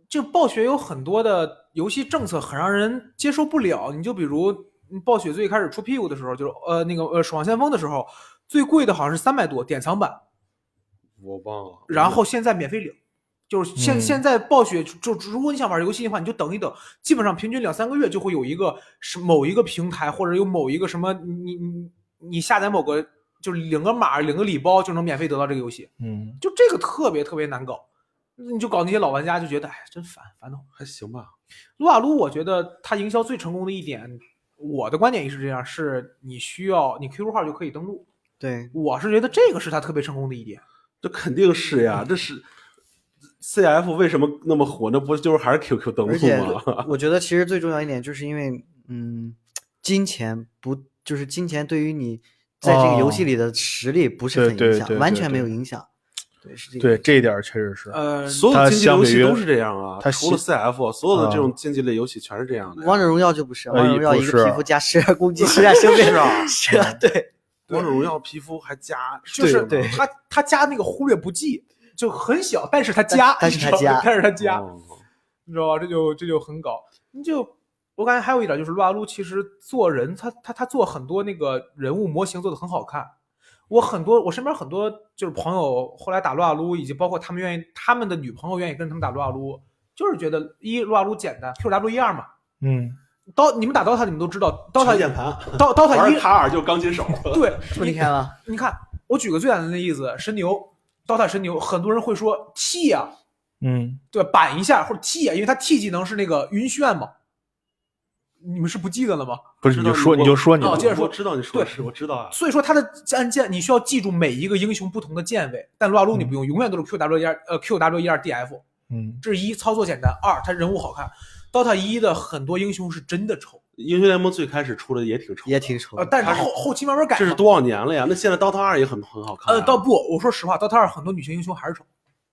就暴雪有很多的游戏政策很让人接受不了。你就比如嗯暴雪最开始出屁股的时候，就是呃那个呃《守望先锋》的时候，最贵的好像是三百多典藏版，
我忘了。
然后现在免费领。就是现、
嗯
现在暴雪就就如果你想玩游戏的话，你就等一等，基本上平均两三个月就会有一个是某一个平台或者有某一个什么你你你下载某个就是领个码领个礼包就能免费得到这个游戏，
嗯，
就这个特别特别难搞，你就搞那些老玩家就觉得哎真烦烦得慌。
还行吧，
撸啊撸，我觉得它营销最成功的一点，我的观点也是这样，是你需要你 QQ 号就可以登录。
对
我是觉得这个是它特别成功的一点。
这肯定是呀，这是 CF 为什么那么火？那不就是还是 QQ 登
而
录
且
吗？
我觉得其实最重要一点，就是因为嗯，金钱不就是金钱对于你在这个游戏
哦
里的实力不是
对
很
对
影响
对，
完
对
全没
对
有影响。对，是这个。
对，这一点儿确实是，
呃，
所
嗯
有
它
竞技
相
游
比
戏
于
都是这样啊，
它
除了
西
CF，所有的这种
啊
竞技类游戏全是这样的呀。
王者荣耀就不是，
呃
王者
也
荣耀
不
一个
是
皮肤加十二攻击，十 二生命是啊， 是 啊，对，
王者荣耀皮肤还加，
就是
对
它它加那个忽略不计就很小，但是它加，
但但是它
你知道吗
加嗯
但是它加，
哦
你知道吧？这就这就很搞。你就我感觉还有一点就是撸啊撸，其实做人他他他做很多那个人物模型做的很好看。我很多我身边很多就是朋友后来打撸啊撸，以及包括他们愿意他们的女朋友愿意跟他们打撸啊撸，就是觉得一撸啊撸简单，QW 一二嘛。
嗯，
刀你们打 DOTA 你们都知道，DOTA
键盘，
刀 DOTA
玩
一
卡尔就是钢琴手。
对，
你看吧，啊
你看，我举个最简单的例子，神牛， DOTA 神牛，很多人会说啊 T 呀、
嗯，
对吧，板一下或者 T 呀、因为它 T 技能是那个晕眩嘛。你们是不记得了吗？
不是，
知
你
道
就说
我
你就说你
哦
吧，
接着说
我知道你说的
对
是，我知道啊。
所以说它的按键你需要记住每一个英雄不同的键位，但撸啊撸你不
嗯
用，永远都是 Q W 一二呃 Q W 一二 D F，
嗯，
这是一操作简单，二它人物好看。DOTA 一的很多英雄是真的丑，
英雄联盟最开始出的也挺丑，
也挺丑
呃，
的。
但是
它是
后后期慢慢改嘛。
这是多少年了呀？那现在 DOTA 二也很很好看啊。
呃，倒不，我说实话，DOTA 二很多女性英雄还是丑，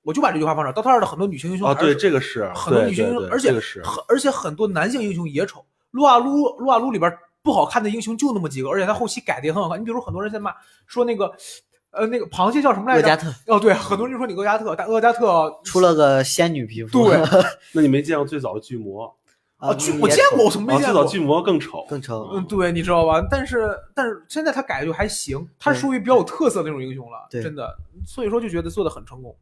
我就把这句话放这儿。DOTA 二的很多女性英雄
啊，
还是
对，
丑
这个是
很多
对
女性英
对
雄，
对
而且
这个是
很而且很多男性英雄也丑。撸啊撸撸啊撸里边不好看的英雄就那么几个，而且他后期改的也很好看。你比如很多人在骂说那个呃那个螃蟹叫什么来
洛加
着？
特啊
哦，对，很多人就说你厄加特，但厄加特
出了个仙女皮肤，
对
那你没见过最早的巨魔？
啊，
啊，
巨
也
我见
丑
过，我怎么
啊，
没
最
见过
早？巨魔更丑，啊
更丑
嗯，对，你知道吧？但是但是现在他改就还行，他
对
属于比较有特色的那种英雄了，
对
真的。所以说就觉得做的很成功。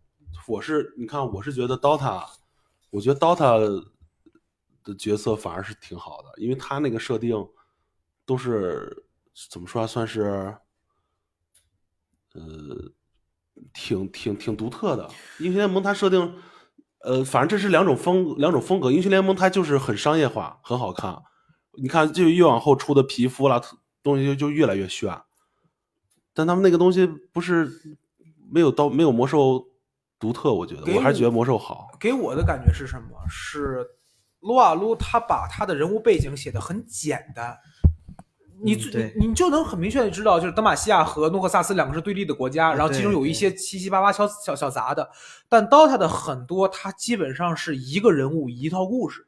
我是你看，我是觉得 DOTA，我觉得 DOTA 的角色反而是挺好的，因为他那个设定都是怎么说啊，算是呃，挺挺挺独特的。英雄联盟它设定，呃，反正这是两种风两种风格。英雄联盟它就是很商业化，很好看。你看，就越往后出的皮肤啦，东西就就越来越炫。但他们那个东西不是没有刀，没有魔兽独特，我觉得
给
我还是
我
觉得魔兽好。
给我的感觉是什么？是撸啊撸，他把他的人物背景写的很简单，你
嗯
最、
对
你你就能很明确的知道，就是德玛西亚和诺克萨斯两个是对立的国家，然后其
啊对
中有一些七七八八小小小杂的，但 DOTA 的很多，它基本上是一个人物一套故事。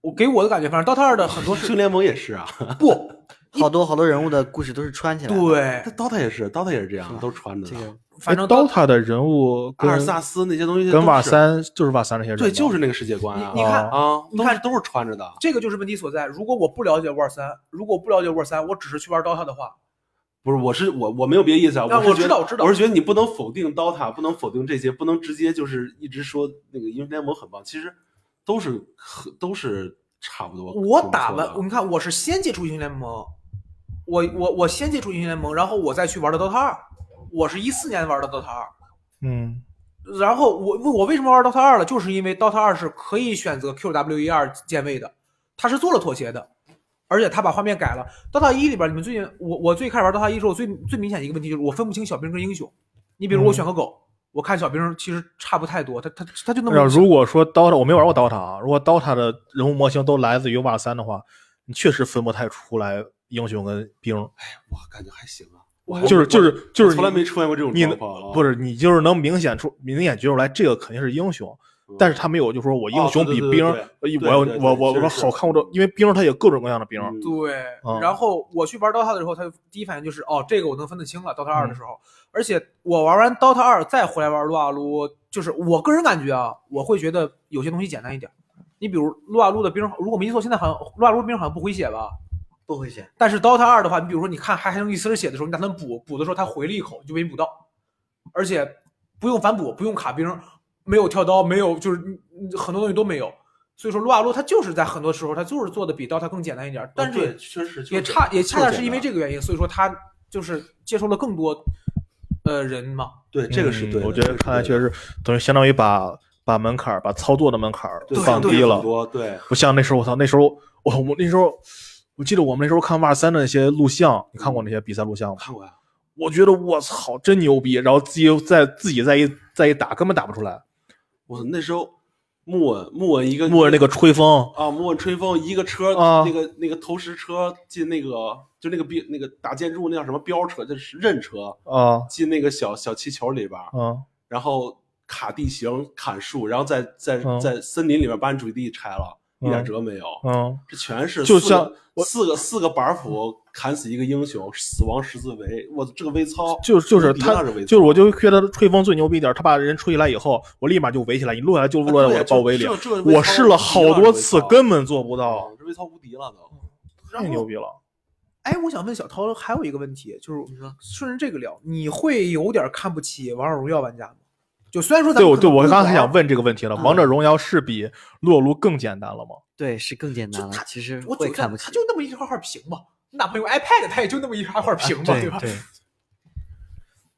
我给我的感觉，反正 DOTA 二的很多
英
是
雄联盟也是 啊，
不
好多好多人物的故事都是穿起来的。，
对
但，DOTA 也是，DOTA 也是这样，
吧
都穿着
这
的。
个
反正
哎
DOTA 哎的人物
阿
跟
尔萨斯那些东西都
跟瓦
是
三就是瓦三那些人吗，
对，就是那个世界观啊。
你看
哦
啊，
你
都
看
是都是穿着的，
这个就是问题所在。如果我不了解 War 三，如果我不了解 War 三，我只是去玩 DOTA 的话，
不是，我是我我没有别的意思啊，
啊
是
我知
觉得
道我知道
我是觉得你不能否定 DOTA，不能否定这些，不能直接就是一直说那个英雄联盟很棒，其实都是很都是差不多。
我
挺不
打
错
完
的，啊
你看我是先接触英雄联盟，我我我先接触英雄联盟，然后我再去玩的 DOTA 二，我是一四年玩的 DOTA 二，
嗯
然后我我为什么玩 DOTA 二了，就是因为 DOTA 二是可以选择 QW 一二键位的，它是做了妥协的，而且它把画面改了。DOTA 一里边，你们最近我我最开始玩 DOTA 一之后，最最明显一个问题就是我分不清小兵跟英雄。你比如我选个狗，我看小兵其实差不太多，它它它就那
那
么
如果说 DOTA，我没玩过 DOTA 啊。如果 DOTA 的人物模型都来自于瓦三的话，你确实分不太出来英雄跟兵，
我感觉还行啊，
就是就是就是
我从来没
你
出现过这种
你
状况啊。
不
是，
是你就是能明显出明显觉出来，这个肯定是英雄，但是他没有就说我英雄
嗯啊对
比
对
兵，
对
呃
对
我要
对对
我我
是
我
是
好看我都，因为兵它有各种各样的兵，
嗯
对，
嗯
然后我去玩 DOTA 的时候，他就第一反应就是哦，这个我能分得清了。DOTA 二的时候，而且我玩完 DOTA 二再回来玩撸啊撸，就是我个人感觉啊，我会觉得有些东西简单一点。你比如撸啊撸的兵，如果没记错，现在好像撸啊撸兵好像不回血吧？
不会写，
但是 DOTA 二的话，你比如说你看还还剩一丝儿血的时候，你打算补补的时候，他回了一口，你就没补到，而且不用反补，不用卡兵，没有跳刀，没有就是嗯嗯很多东西都没有。所以说撸啊撸它就是在很多时候它就是做的比 DOTA 更简单一点，但是
哦对确实
也差也恰恰是因为
这
这个原因，所以说他就是接受了更多呃人嘛。
对这个是
嗯
对的，
我觉
这
得
个是
看来
对
确
的
实等于相当于把把门槛儿把操作的门槛儿
对
放
对
低
很
了，
多对，
不像那时候我操那时候我我那时候我记得我们那时候看瓦三的那些录像，你看过那些比赛录像吗？
看过呀，
我觉得我操，真牛逼！然后自己再自己再一再一打，根本打不出来。
我那时候木稳木稳一个
默认那个吹风，
啊，莫问吹风一个车，
啊
那个那个投石车进那个就那个标那个打建筑那叫什么标车，就是刃车
啊
进那个小小气球里边儿，
啊
然后卡地形砍树，然后在在
嗯
在森林里边把你主地拆了，一点辙没有，
嗯，
这全是
就
四个
像我
四个四个板斧砍死一个英雄，死亡十字围，我这个微操
就就是
比不
他
上这微，操啊
就是我就觉得吹风最牛逼一点，他把人吹起来以后，我立马就围起来，你落下来就落在我的包围里
啊。对呀这这这微操
我试了好多次，根本做不到，
啊这微操无敌了都。
然
太牛
后，
逼了。
哎，我想问小涛还有一个问题，就是
你说
顺着这个聊，你会有点看不起王者荣耀玩家吗？就虽然说咱
对，
们
我
可
对
能
我
不
刚才
玩嗯
想，问这个问题了，《王者荣耀》是比撸啊撸更简单了吗？
对，是更简单
就
了
他。
其实
我
会
就
看不
他
起，
就那么一 块块屏嘛，你哪怕用 iPad，它也就那么一块块屏嘛，
对
吧？
对。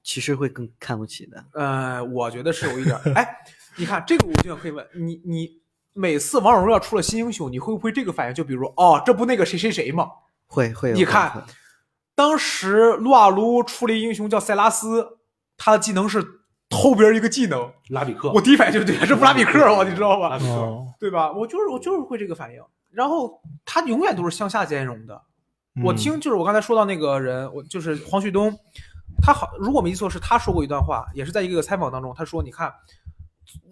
骑士会更看不起的。
呃，我觉得是有一点儿。哎，你看这个，我就想可以问你，你每次王者荣耀出了新英雄，你会不会这个反应？就比如，哦，这不那个谁谁谁吗？
会会有
你
会
看
会，
当时撸啊撸出了一英雄叫塞拉斯，他的技能是偷别人一个技能，
拉比克，
我第一反应就是对，这布拉比克我，你知道
拉
吧？
比克，
哦
对吧？我就是我就是会这个反应。然后他永远都是向下兼容的。我
嗯
听就是我刚才说到那个人，我就是黄旭东，他好，如果没记错是他说过一段话，也是在一个采访当中，他说：“你看，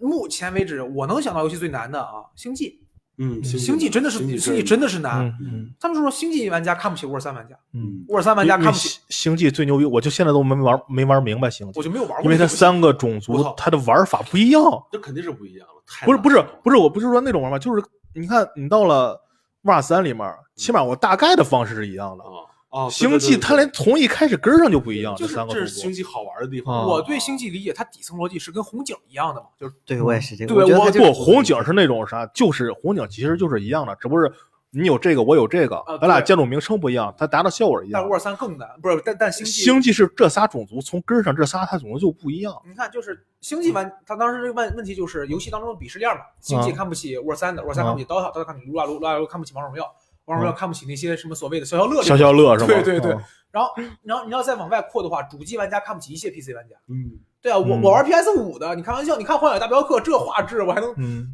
目前为止我能想到游戏最难的啊，星际，
嗯，
星际真的是星际真的是难。
嗯嗯
他们说星际玩家看不起沃尔三玩家，
嗯，
沃尔三玩家
因为
看不起，
星星际最牛逼，我就现在都没玩没玩明白星际，
我就没有玩过。
因为它三个种
我
族
靠
它的玩法不一样。
这肯定是不一样了，太
不是不是
难了
不是，我不是说那种玩法，就是你看你到了瓦三里面，起码我大概的方式是一样的。
啊啊，
星际它连从一开始根儿上就不一样，
就
这
是
三个
这
动
是星
作。
际好玩的地方。
啊
我对星际理解，它底层逻辑是跟红警一样的嘛，就是
对我也是这个。
对
我觉得
我
他就
不，红警是那种啥，就是红警其实就是一样的，只不过是你有这个，我有这个
啊，
咱俩
对
建筑名称不一样，它达到效果是一
但
样
沃
的。
尔三更难，不是，但但星际
星际是这仨种族从根儿上，这仨它种族就不一样。
你看，就是星际玩，他当时这个问问题就是游戏当中的鄙视链嘛，星
啊
际看不起沃尔三的，沃尔三看不起刀塔，刀塔看不起撸啊撸，撸啊撸看不起王者荣耀，王者荣耀看不起那些什么所谓的消消乐这
啊消
种。
消乐是吧？
对对对
嗯
然后，然后你要再往外扩的话，主机玩家看不起一切 PC 玩家。
嗯，
对啊，我
嗯
我玩 PS 五的，你开玩笑，你看《荒野大镖客》这画质，我还能
嗯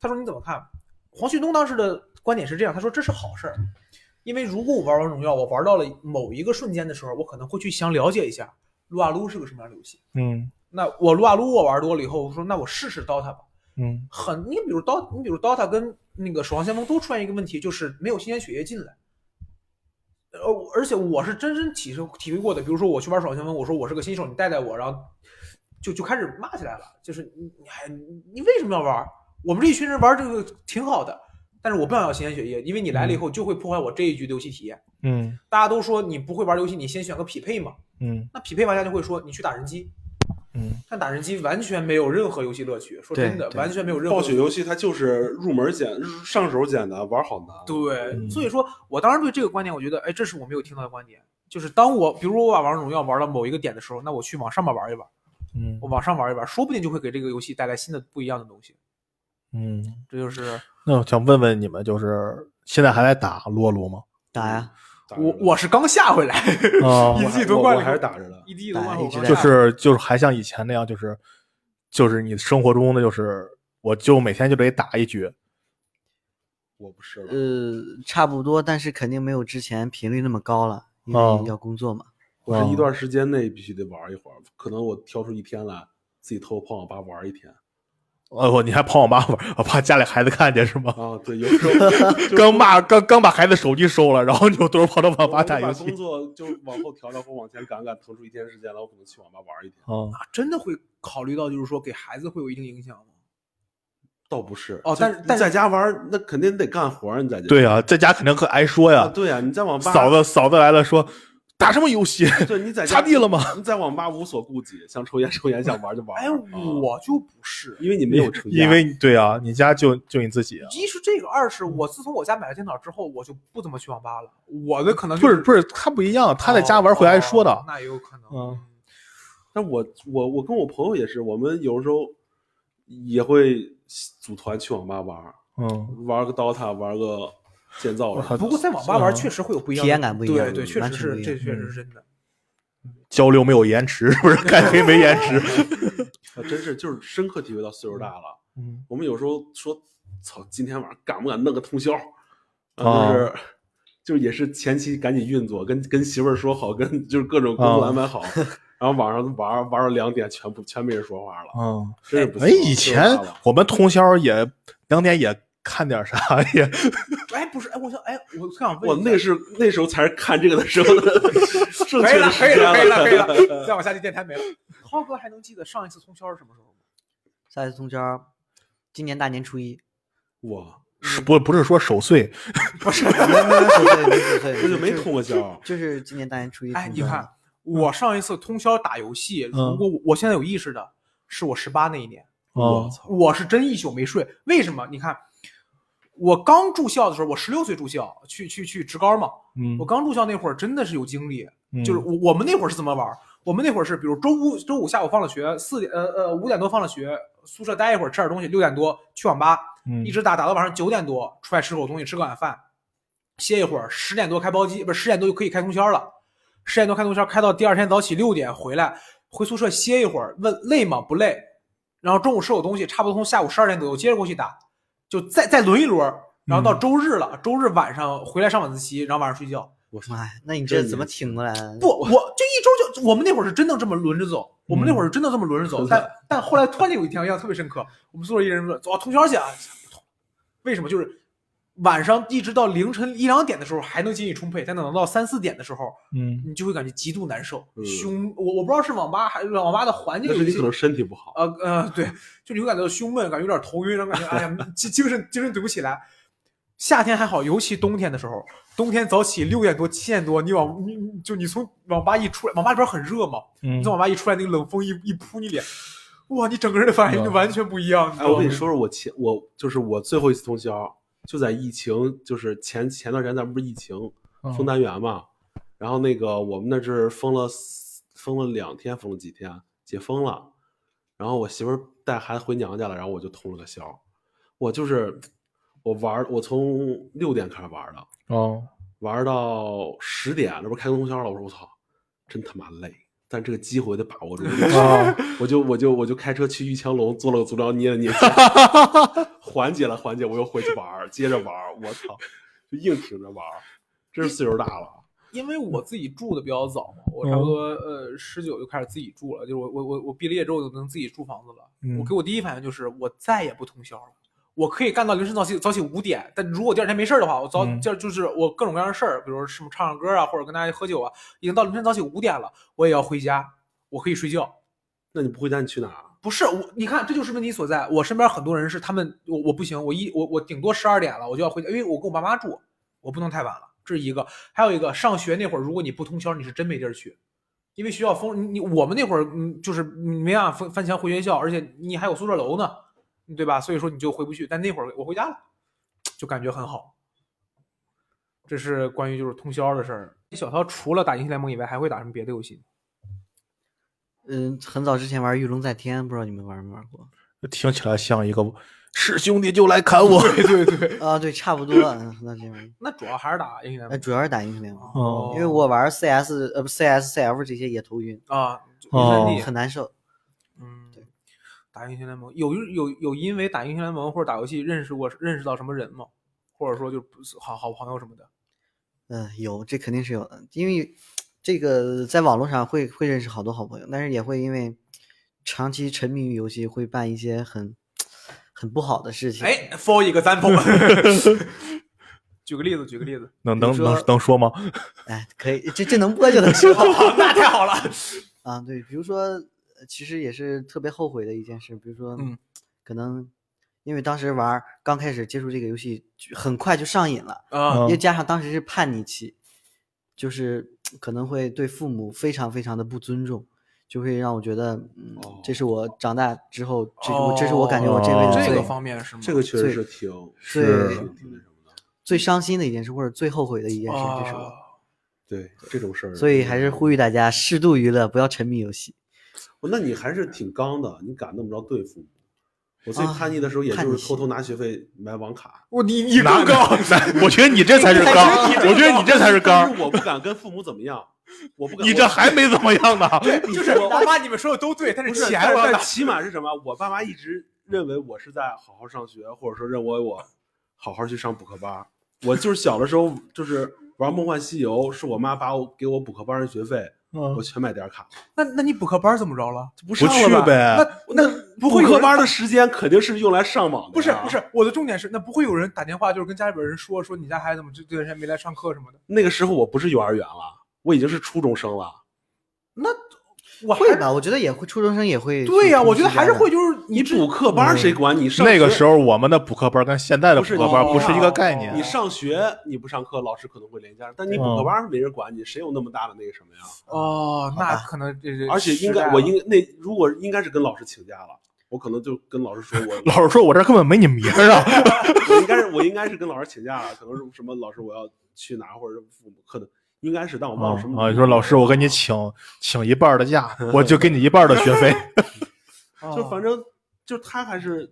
他说你怎么看？黄旭东当时的观点是这样，他说这是好事儿，因为如果我玩王者荣耀，我玩到了某一个瞬间的时候，我可能会去想了解一下撸啊撸是个什么样的游戏。
嗯
那我撸啊撸我玩多了以后，我说那我试试 DOTA 吧。
嗯
很，你比如刀，你比如 DOTA 跟那个守望先锋都出现一个问题，就是没有新鲜血液进来。呃，我而且我是真真体受体会过的，比如说我去玩守望先锋，我说我是个新手，你带带我，然后就就开始骂起来了，就是你你还你你为什么要玩？我们这一群人玩这个挺好的，但是我不想要新鲜血液，因为你来了以后就会破坏我这一局的游戏体验。
嗯
大家都说你不会玩游戏，你先选个匹配嘛，
嗯
那匹配玩家就会说你去打人机，
嗯
但打人机完全没有任何游戏乐趣，说
对
真的，
对
完全没有任何
暴雪游戏它就是入门简、上手简单，玩好难。
对，
嗯
所以说我当时对这个观点，我觉得，哎，这是我没有听到的观点。就是当我，比如说我把王者荣耀玩到某一个点的时候，那我去往上面玩一玩，
嗯
我往上玩一玩，说不定就会给这个游戏带来新的不一样的东西。
嗯。
这就是
那我想问问你们，就是现在还在打撸啊撸吗？
打呀，
打着
我
呢
我是刚下回来，
啊
一
我
自己
还
夺
我
冠
我
了
还是打着的。
一滴都
哎一直
啊
就
在
是就是还像以前那样，就是就是你生活中的就是，我就每天就得打一局。
我不是了，
呃，差不多，但是肯定没有之前频率那么高了，因
哦
为要工作嘛。
我
嗯
是一段时间内必须得玩一会儿，可能我挑出一天来，自己偷偷碰网吧玩一天。
呃，我你还跑网吧玩，我怕家里孩子看见是吗？
啊，对，有时 候
刚骂刚刚把孩子手机收了，然后你就都是跑到网吧
我
打
把
游
工
戏。
作就往后调调或往前赶赶，腾出一天时间来，我可能去网吧玩一天。
啊，
啊真的会考虑到，就是说给孩子会有一定影响吗？
倒不是
哦
就
但是但是
在家玩儿，那肯定得干活儿，你在家
对啊，在家肯定可挨说
啊，
呀。
对呀，你在网吧
嫂子嫂子来了说打什么游戏？
对， 你在家
擦地了吗？
你在网吧无所顾忌，想抽烟抽烟，想玩就玩。
哎，
啊
我就不是，
因为你没有成家，
因为对啊，你家就就你自己啊。
一是这个，二是我自从我家买了电脑之后，我就不怎么去网吧了。我的可能
不
就是
不是，他不一样，他在家玩会挨说
哦
的。
那也有可能。
嗯
但我我我跟我朋友也是，我们有时候也会组团去网吧玩儿，
嗯，
玩个 DOTA，玩个建造
我
人。
靠，
不过在网吧
嗯
玩确实会有不一样的
体验感不一样嗯
对对，确
完
实
全
是
不一
这
样嗯
确实是真的。
交流没有延迟， 是不是？开黑没延迟。
啊真是就是深刻体会到岁数大了。
嗯
我们有时候说，操，今天晚上敢不敢弄个通宵？啊，
啊
就是、就是也是前期赶紧运作，跟跟媳妇儿说好，跟就是各种工作
啊
安排好，然后晚上玩儿玩到两点，全部全没人说话了，
嗯。
真是不行
哎，
了。
以
岁数大
前
了
我们通宵也两点也看点啥 也，
哎，不是，哎，我想，哎，我特想问一
我
下，
那是那时候才是看这个的时候的 正
可以了
确的，
可
时
以
间
了，可以了，可以
了。
了，再往下就电台没了。涛哥还能记得上一次通宵是什么时候吗？
下一次通宵，今年大年 初一，
哇，
是不不是说守岁，
没有没有没有对对 对，
我就没
是
通 过宵。
就是今年大年初一。
哎，你看，，我上一次通宵打游戏，
嗯
如果我我现在有意识的，是我十八那一年，
哦
我
操！
我是真一宿没睡。为什么？你看，我刚住校的时候，我十六岁住校，去去去职高嘛，
嗯
我刚住校那会儿真的是有精力，
嗯
就是我我们那会儿是怎么玩儿？我们那会儿是，比如周五周五下午放了学，四点呃呃五点多放了学，宿舍待一会儿吃点东西，六点多去网吧，
嗯
一直打打到晚上九点多，出来吃口东西，吃个晚饭，歇一会儿，十点多开包机，不是十点多就可以开通宵了，十点多开通宵，开到第二天早起六点回来，回宿舍歇一会儿，问累吗？不累，然后中午吃口东西，差不多从下午十二点左右接着过去打，就再再轮一轮，然
嗯
后到周日了，周日晚上回来上晚自习，然后晚上睡觉。
我操，
妈呀，哎那你
这
这怎么挺过来的？
不，，我就一周就我们那会儿是真的这么轮着走，我们那会儿是真的这么轮着走，
嗯
但但后来突然间有一天，我印象特别深刻，我们宿舍一人问走、啊、通宵去啊，不通为什么？就是晚上一直到凌晨一两点的时候还能精力充沛，但等到三四点的时候，
嗯，
你就会感觉极度难受，
嗯
胸我我不知道是网吧还是网吧的环境
那
有
是
一
你
些
可能身体不好，
呃呃，对，就你会感觉到胸闷，感觉有点头晕，然后感觉哎呀，精精神精神对不起来。夏天还好，尤其冬天的时候，冬天早起六点多七点多，你往你你就你从网吧一出来，网吧里边很热嘛，
嗯
你从网吧一出来，那个冷风一一扑你脸，哇，你整个人的反应就完全不一样。知
哎，
道
我跟
吗
你说说，我前我就是我最后一次通宵，就在疫情，就是前前段时间咱们不是疫情封单元嘛，然后那个我们那是封了四封了两天，封了几天解封了，然后我媳妇儿带孩子回娘家了，然后我就通了个宵，我就是我玩儿，我从六点开始玩儿的，
哦，
玩儿到十点，那不是开通宵了，我说我操，真他妈累。但这个机会我得把 握住，
啊
我就我就我就开车去玉强龙做了个足疗捏 了捏，缓解了缓解，我又回去玩儿，接着玩儿，我操，就硬挺着玩儿，真是岁数大了，
因为我自己住的比较早嘛，我差不多呃十九就开始自己住了，就是我我我我毕了业之后就能自己住房子了。
嗯
我给我第一反应就是我再也不通宵了，我可以干到凌晨早起早起五点，但如果第二天没事儿的话，我早
嗯
就、就是我各种各样的事儿，比如什么唱唱歌啊，或者跟大家喝酒啊，已经到凌晨早起五点了，我也要回家，我可以睡觉。
那你不回家你去哪儿？啊
不是我，你看这就是问题所在。我身边很多人是他们，我我不行，我一我我顶多十二点了，我就要回家，因为我跟我爸妈住，我不能太晚了，这是一个。还有一个，上学那会儿，如果你不通宵，你是真没地儿去，因为学校封你你我们那会儿嗯就是没办法翻翻墙回学校，而且你还有宿舍楼呢，对吧？所以说你就回不去。但那会儿我回家了，就感觉很好。这是关于就是通宵的事儿。小涛除了打英雄联盟以外，还会打什么别的游戏？
嗯，很早之前玩《御龙在天》，不知道你们玩没玩过？
听起来像一 个是兄弟就来砍 我，
对对对，
啊，对，差不多，嗯，很早之前玩。
那主要还是打英雄联
呃，
盟。
主要是打英雄联盟，
哦
因为我玩 CS，呃，不 CS、CF 这些也头晕，
啊，
哦
三 D
很难受。
嗯，对，打英雄联盟有有有因为打英雄联盟或者打游戏认识过认识到什么人吗？或者说就不是好好朋友什么的？
嗯，有，这肯定是有的，因为这个在网络上会会认识好多好朋友，但是也会因为长期沉迷于游戏，会办一些很很不好的事情。
哎，for example，举个例子，举个例子，
能
比如
能
说
能能说吗？
哎，可以，这这能播就能说
那太好了。
啊。对，比如说，呃其实也是特别后悔的一件事，比如说，
嗯，
可能因为当时玩儿刚开始接触这个游戏，就很快就上瘾了。
啊
嗯
又加上当时是叛逆期，就是可能会对父母非常非常的不尊重，就会让我觉得，嗯，这是我长大之后，这是我这是我感觉我这辈
哦
子
哦这
最、
个方面
嗯
是吗？
这个确实
最
是挺
是
挺挺那什么的，
最伤心的一件事，或者最后悔的一件事，
啊
这是我。
对这种事儿，
所以还是呼吁大家适度娱乐，不要沉迷游戏。
哦，那你还是挺刚的，你敢那么着对父母。我最
啊
叛逆的时候，也
叛
就
逆
是偷
期
偷拿学费买网卡。
我你你
哪
更高，
哪我觉得你这才是刚，我觉得你这才哎是
但
刚，
是我不敢跟父母怎么样，我不敢。
你
我
这还没怎么样呢。
就是我把你们说的都对，但是
不是，
钱
但
我
但起码是什么？我爸妈一直认为我是在好好上学，或者说认为我好好去上补课班儿。我就是小的时候就是玩《梦幻西游》，是我妈把我给我补课班儿的学费，我
嗯
全买点儿卡，
那那你补课班怎么着了？
就不
不
上
去
了。
呗，
哦那不会
补
有
课
人
班儿的时间肯定是用来上网的呀，
不是不是，我的重点是，那不会有人打电话就是跟家里边人说说你家孩子怎么这这段时间没来上课什么的？
那个时候我不是幼儿园了，我已经是初中生了。
我还
会吧？我觉得也会，初中生也会。
对呀、
会
我觉得还是会，。就是
你
你只
补课班儿谁管你
嗯
上？
那个时
候
候我们的补课班跟现在的补
不是
课班
你
不是一个概
哦
念
你。上学你不上课，老师可能会连家，但你补
嗯
课班儿没人管你，谁有那么大的那个什么呀？
哦，那
吧
可能这这
而且
时
应
代
该
了
我应那如果应该是跟老师请假了，我可能就跟老师说我
老师说我这根本没你名儿啊。
我应该是我应该是跟老师请假了，可能是什么老师我要去哪儿或者是父母可能应该是，但我忘了什么。
啊，你说老师，我给你请请一半儿的 假，我就给你一半儿的学费。
就反正就他还是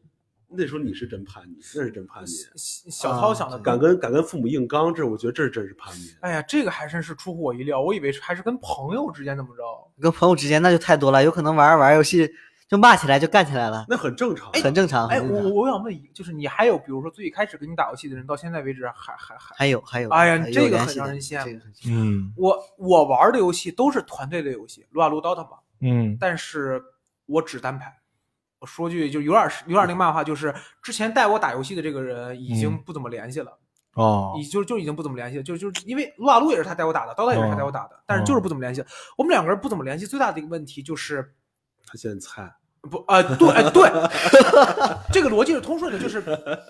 那时候你是真叛逆，那是真叛逆，
小涛想的
敢跟敢跟父母硬刚，这我觉得这是真是叛逆。
哎呀，这个还真是出乎我意料，我以为还是跟朋友之间怎么着。
跟朋友之间那就太多了，有可能玩着玩着游戏就骂起来就干起来了，
那很正常。啊
很正常。
哎，
很正
我
常
我想问一，就是你还有比如说最开始跟你打游戏的人，到现在为止还还还
还有还有，
哎呀
还有
这个
联
很
系
让
的
人羡
这
慕
个很
嗯
我我玩的游戏都是团队类游戏，撸啊撸、DOTA 嘛，
嗯
但是我只单排。我说句就有点有点那个漫画，就是之前带我打游戏的这个人已经
嗯
不怎么联系了，
哦
已就就已经不怎么联系了，就就是因为撸啊撸也是他带我打的，刀塔也是他带我打
哦
的，但是就是不怎么联系。我们两个人不怎么联系，最大的一个问题就是
他现在菜，
不啊、对、哎、对， 这个逻辑是通顺的。就是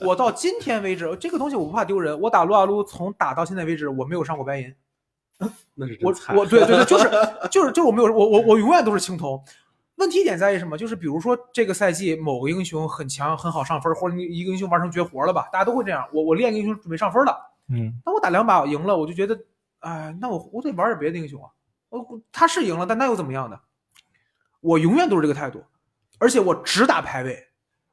我到今天为止，这个东西我不怕丢人。我打撸啊撸从打到现在为止，我没有上过白银，
那是真
我
菜。
我对对对，就是就是就是我没有我我我永远都是青铜。问题点在于什么？就是比如说这个赛季某个英雄很强，很好上分，或者你一个英雄玩成绝活了吧，大家都会这样。我我练一个英雄准备上分了，
嗯
那我打两把我赢了，我就觉得，哎、那我我得玩点别的英雄啊。我他是赢了，但那又怎么样呢？我永远都是这个态度，而且我只打排位。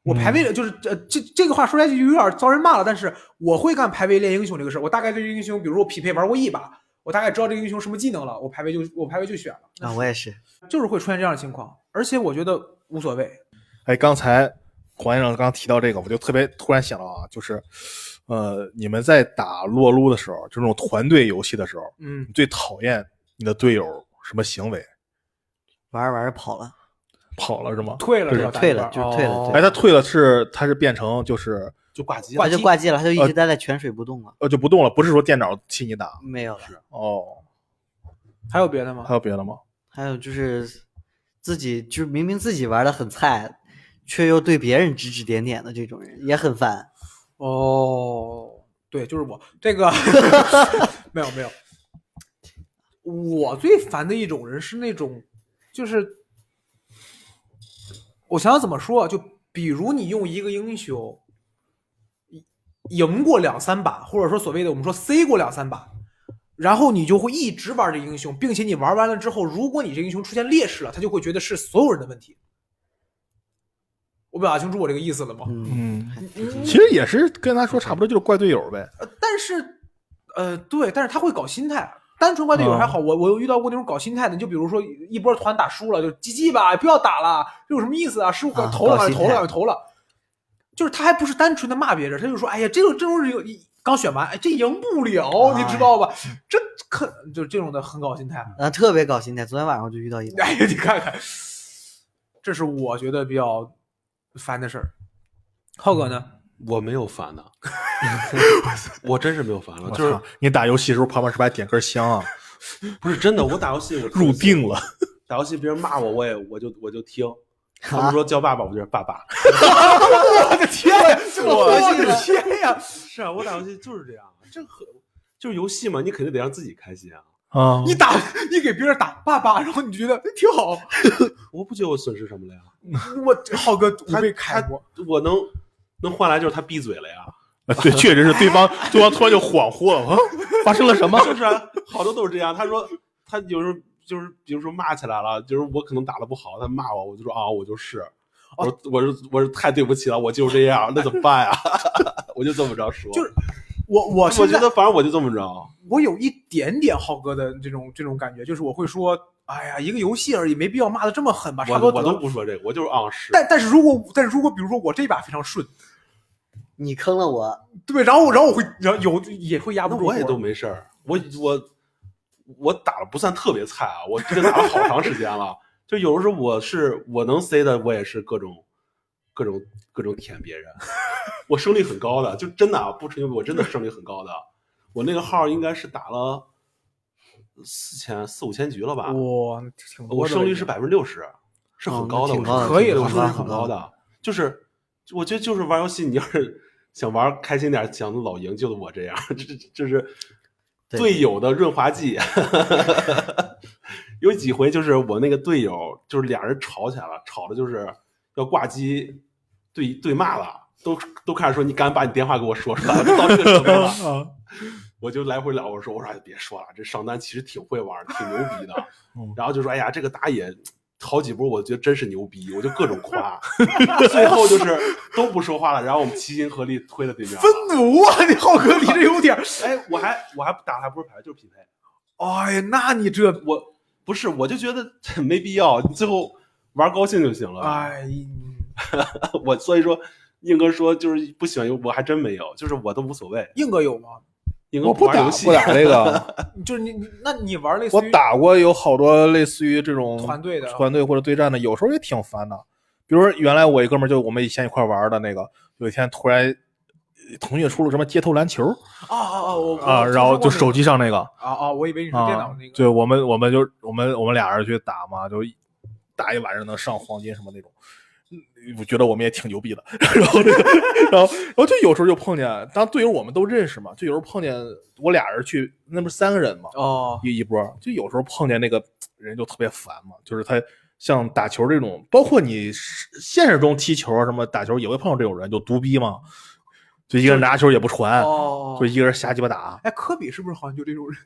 我排
嗯
位就是呃，这这个话说来就有点遭人骂了，但是我会干排位练英雄这个事儿。我大概对这个英雄，比如说我匹配玩过一把，我大概知道这个英雄什么技能了，我排位就我排位就选了。
啊，我也是，
就是会出现这样的情况，而且我觉得无所谓。
哎，刚才黄先生刚提到这个，我就特别突然想到啊，就是，呃，你们在打撸啊撸的时候，就那种团队游戏的时候，
嗯
你，最讨厌你的队友什么行为？
玩着玩着跑了，
跑了是吗？
退了
对
是吧？
退了
打一半
就是退了
哦
对
哎，他退了是他是变成就是
就挂机了
他就
机
挂机了，他就一
呃
直待在泉水不动了，
呃就不动了，不是说电脑替你打
没有了。
哦。
还有别的吗
还？有别的吗？
还有就是自己就是明明自己玩的很菜，却又对别人指指点点的这种人也很烦。
哦，对，就是我这个没有没有。我最烦的一种人是那种，就是我想想怎么说啊，就比如你用一个英雄赢过两三把，或者说所谓的我们说 C 过两三把，然后你就会一直玩这个英雄，并且你玩完了之后，如果你这个英雄出现劣势了，他就会觉得是所有人的问题。我表达清楚我这个意思了吗？
嗯，
嗯，其实也是跟他说差不多，就是怪队友呗。
呃，但是，呃，对，但是他会搞心态。单纯怪队友还
嗯
好，我我有遇到过那种搞心态的，你就比如说一波团打输了，就 GG 吧，不要打了，这有什么意思啊？失误
啊
投了，
搞心
投了，
态
投了，就是他还不是单纯的骂别人，他就说，哎呀，这种这种人有刚选完，哎，这赢不了，
哎
你知道吧？这可就是这种的很搞心态。
然后啊特别搞心态。昨天晚上我就遇到一 个，
哎呀，你看看，这是我觉得比较烦的事儿。浩哥呢？
我没有 烦的，我真是没有烦了，
我
就是
操，你打游戏的时候旁边是不是还点根香啊？
不是真的。我打游戏， 我
入定了，
打游戏，别人骂我，我也我就我就 听。他们说叫爸爸，我就是爸爸。
我的天呀，
啊
我的天呀！
是 啊，我打游戏就是这样，这很就是游戏嘛，你肯定得让自己开心啊。
啊
你打 你给别人打爸爸，然后你觉得哎挺好。
我不觉得我损失什么了呀，
我浩哥我
他
被开过，
我能能换来就是他闭嘴了呀。
啊对，确实是对方，对方突然就恍惚了，啊，发生了什么？
就是啊，好多都是这样。他说他有时候就是，比如说骂起来了，就是我可能打的不好，他骂我，我就说啊，我就是，
哦
我说我是我是太对不起了，我就是这样，那怎么办呀？ 我就这么着说，
就是我我
我
现
觉
在
得反正我就这么着，啊
我有一点点浩哥的这种这种感觉，就是我会说，哎呀，一个游戏而已，没必要骂的这么狠吧，差
我
不多
我
得
都
了。
不说这个，我就是啊是。
但但是如果但是如果比如说我这把非常顺，
你坑了我，
对，然后然后我会然后有也会压不
那
住火，
我也都没事儿，我我我打的不算特别菜啊，我这打了好长时间了。就有的时候我是我能 C 的，我也是各种各种各种舔别人，我胜率很高的，就真的啊，不吹牛逼，我真的胜率很高的。我那个号应该是打了四千四五千局了吧，
哇，挺多
我
的
胜率
了
是百分之六十，是很
哦那
高的，
挺
我
高
是
的可以了
我胜率
很
是
高
很
很
高
高
的，就是我觉得就是玩游戏，你要是想玩开心点，想老赢，就是我这样，这这这是
对
队友的润滑剂。 有几回就是我那个队友，就是俩人吵起来了，吵的就是要挂机对对骂了，都都开始说你敢把你电话给我说出来，我就到这个程度了。我就来回聊，我说我说哎别说了，这上单其实挺会玩，挺牛逼的
嗯。
然后就说哎呀，这个打野好几波，我觉得真是牛逼，我就各种夸。 最后就是都不说话了，然后我们齐心合力推了对面了。
奴啊！你浩哥，你这有点儿，
哎，我还我还打还不是牌，就是匹配。
哎呀，那你这，
我不是，我就觉得 没必要，你最后玩高兴就行了。
哎，
我所以说，硬哥说就是不喜欢游，我还真没有，就是我都无所谓。
硬哥有吗？
硬 哥
我不
玩
打
游戏
不，打这 个，
就是你，你那你玩类似
我
于
打过有好多类似于这种
团队的
团队或者对战的，有时候也挺烦的。比如说原来我一哥们儿就我们以前一块儿玩的那个，有一天突然呃腾讯出了什么街头篮球
啊啊啊！我我
啊，
听
然后
说过
就
那个
手机上那个，
啊啊！我以为你是
啊，
电脑那个
对，我们我们就我们我们俩人去打嘛，就一打一晚上能上黄金什么那种。嗯我觉得我们也挺牛逼的， 然后这个，然后然后就有时候就碰见，当队友我们都认识嘛，就有时候碰见我俩人去，那不是三个人嘛，
哦
一一波，就有时候碰见那个人就特别烦嘛，就是他像打球这种，包括你是现实中踢球啊什么打球也会碰到这种人，就独逼嘛，就一个人拿球也不传，
哦
哎就。一个人瞎鸡巴打，
哎，科比是不是好像就 这种人？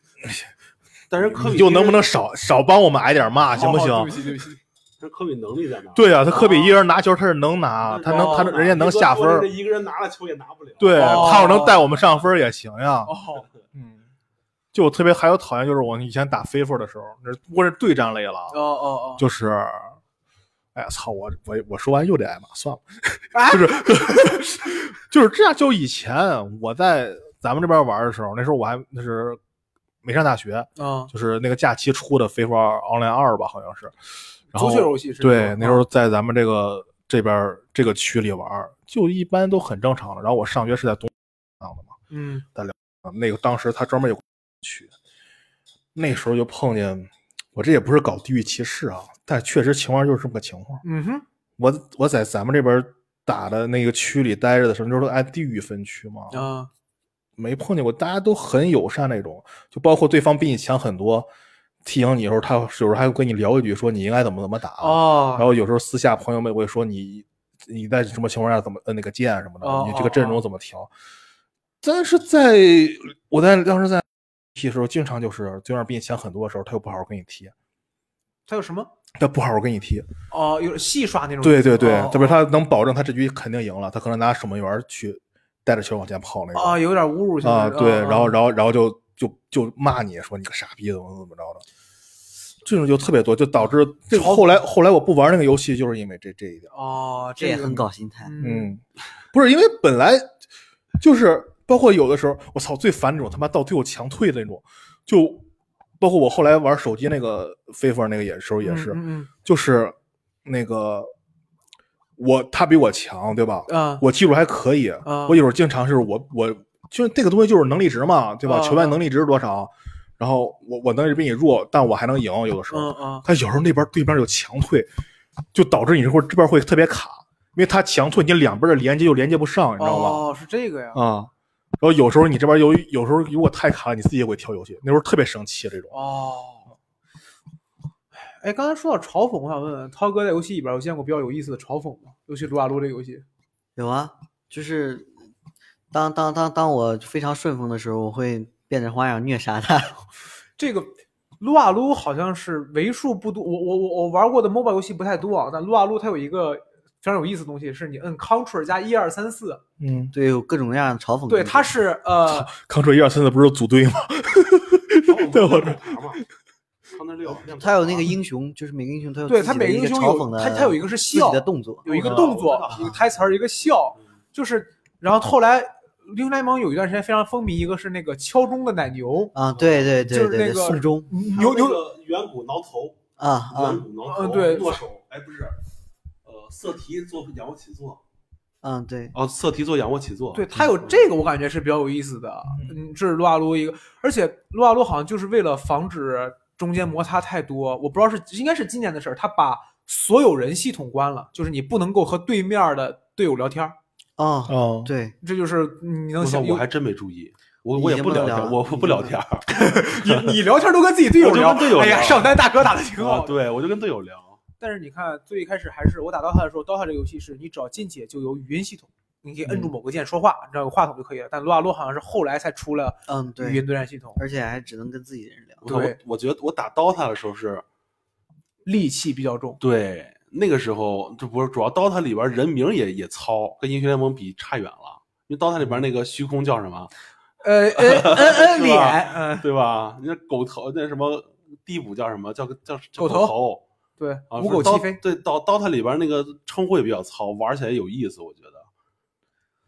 但是科比
你就
一个
能不
人？
能少少帮我们挨点骂，行不行？
哦对不起，对不哦起。
但是科比能力在哪？
对啊呀、他科比一人拿球他是能拿，
哦，
他能他能人家能
硬哥
下
说
分
这
儿，
一个人拿了球也拿不了。
对
哦
他要能带我们上分儿也行呀。
哦，
嗯，就我特别还有讨厌就是我以前打 FIFA 的时候，那不过是对战类了，
哦哦哦，
就是。哎呀，操！我我我说完又得挨骂，算了，
啊
就是 就是这样。就以前我在咱们这边玩的时候，那时候我还那是没上大学，
嗯，
就是那个假期出的 FIFA Online 二吧，好像是。然后
足球游戏是吧
对，那时
啊
候在咱们这个这边儿这个区里玩儿，就一般都很正常的。然后我上学是在东上的嘛，
嗯，
那个当时他专门有个区，那时候就碰见，我这也不是搞地域歧视啊，但确实情况就是这么个情况。
嗯哼，
我我在咱们这边打的那个区里待着的时候，那时候都按地域分区嘛，
啊，
没碰见过，大家都很友善那种，就包括对方比你强很多，踢赢你的时候，他有时候还会跟你聊一句，说你应该怎么怎么打，
哦，
啊然后有时候私下朋友们会说你你在什么情况下怎么呃摁那个键什么的，
哦
你这个阵容怎么调。但是在我在当时在踢的时候，经常就是对面比你强很多的时候，他又不好好跟你踢，
他有什么？
他不好好跟你踢。
哦，有戏刷那种。
对对对，
哦
特别他能保证他这局肯定赢了，他可能拿守门员去带着球往前跑那种。
啊，有点侮辱性
啊，
质
对，然后
啊
然后然后就就就骂你说你个傻逼，怎么怎么着的，这种就特别多，就导致这个后来后来我不玩那个游戏，就是因为这这一点，
哦，
这
个
也很搞心态。
嗯，
嗯，不是因为本来就是包括有的时候，我操，最烦这种他妈到最后强退的那种，就包括我后来玩手机那个 FIFA 那个也时候也是，
嗯
就是那个我他比我强，对吧？
嗯啊，
我技术还可以，
啊
我有时候经常是我我就是这个东西就是能力值嘛，对吧？
啊
球员能力值是多少？然后我我能力比你弱，但我还能赢，有的时
嗯
候。
嗯，
但有时候那边对面有强退，就导致你这会儿这边会特别卡，因为他强退，你两边的连接就连接不上，你知道吗？
哦，是这个呀。
啊、然后有时候你这边有有时候如果太卡了，你自己也会跳游戏，那时候特别生气这种。
哦，哎，刚才说到嘲讽，我想问问涛哥，在游戏里边有见过比较有意思的嘲讽吗？尤其撸啊撸这个游戏。
有啊，就是当当当当我非常顺风的时候，我会变着花样虐杀他。
这个撸啊撸好像是为数不多，我我我我玩过的 MOBA 游戏不太多啊，但撸啊撸它有一个非常有意思的东西，是你摁 Ctrl 加一二三四，
嗯，
对，有各种各样的嘲讽。
对，它是 呃，
康卓一二三四不是组队吗？ 对我这
康德六，
呃
啊
他有那个英雄，就是每个英雄他有
对
自
他
己的
每个
一
英雄
嘲
有
讽的，
他他有一个是
自己
笑
的动作，
有一个
嗯
动作
我知，道
一个台词儿，一个笑，就是然后后来英雄联盟有一段时间非常风靡，一个是那个敲钟的奶牛，
啊，对对
就
对
是
对
那
对，
个
送终
牛
有
牛
有远古挠头，
啊啊
远古挠头，
嗯对
剁手，哎不是，呃色提做仰卧起坐，
啊，对，
哦色提做仰卧起坐，嗯
对他有这个，我感觉是比较有意思的。嗯，这是撸啊撸一个，而且撸啊撸好像就是为了防止中间摩擦太多，我不知道是应该是今年的事儿，他把所有人系统关了，就是你不能够和对面的队友聊天儿，
哦，
哦，
对，
这就是你能
我操，
想
我还真没注意，我我也
已经
不
不能
聊天儿，
聊了
我我
已
不
经
聊
嗯
不能
天 啊儿，
你你聊天都跟自己队友
我就
聊，
跟队友
哎呀，
聊
上单大哥打的挺
啊
好的。
对我就跟队友聊，
但是你看最一开始还是我打 DOTA 的时候，DOTA 这个游戏是你只要进去就有语音系统，你可以摁
嗯
住某个键说话，你知道有话筒就可以了。但撸啊撸好像是后来才出了语
嗯，
音
对，
对战系统，
而且还只能跟自己人聊。
我
对
我觉得我打 DOTA 的时候是
戾气比较重。
对那个时候，这不是主要 DOTA 里边人名也也糙，跟英雄联盟比差远了。因为 DOTA 里边那个虚空叫什么，
呃呃呃 呃
是
脸，
吧
嗯，
对吧？那狗头那什么第五叫什么叫叫叫
狗头
头
对，
啊，
五狗
刀
齐飞。
对，刀 DOTA 里边那个称呼也比较糙，玩起来有意思，我觉得。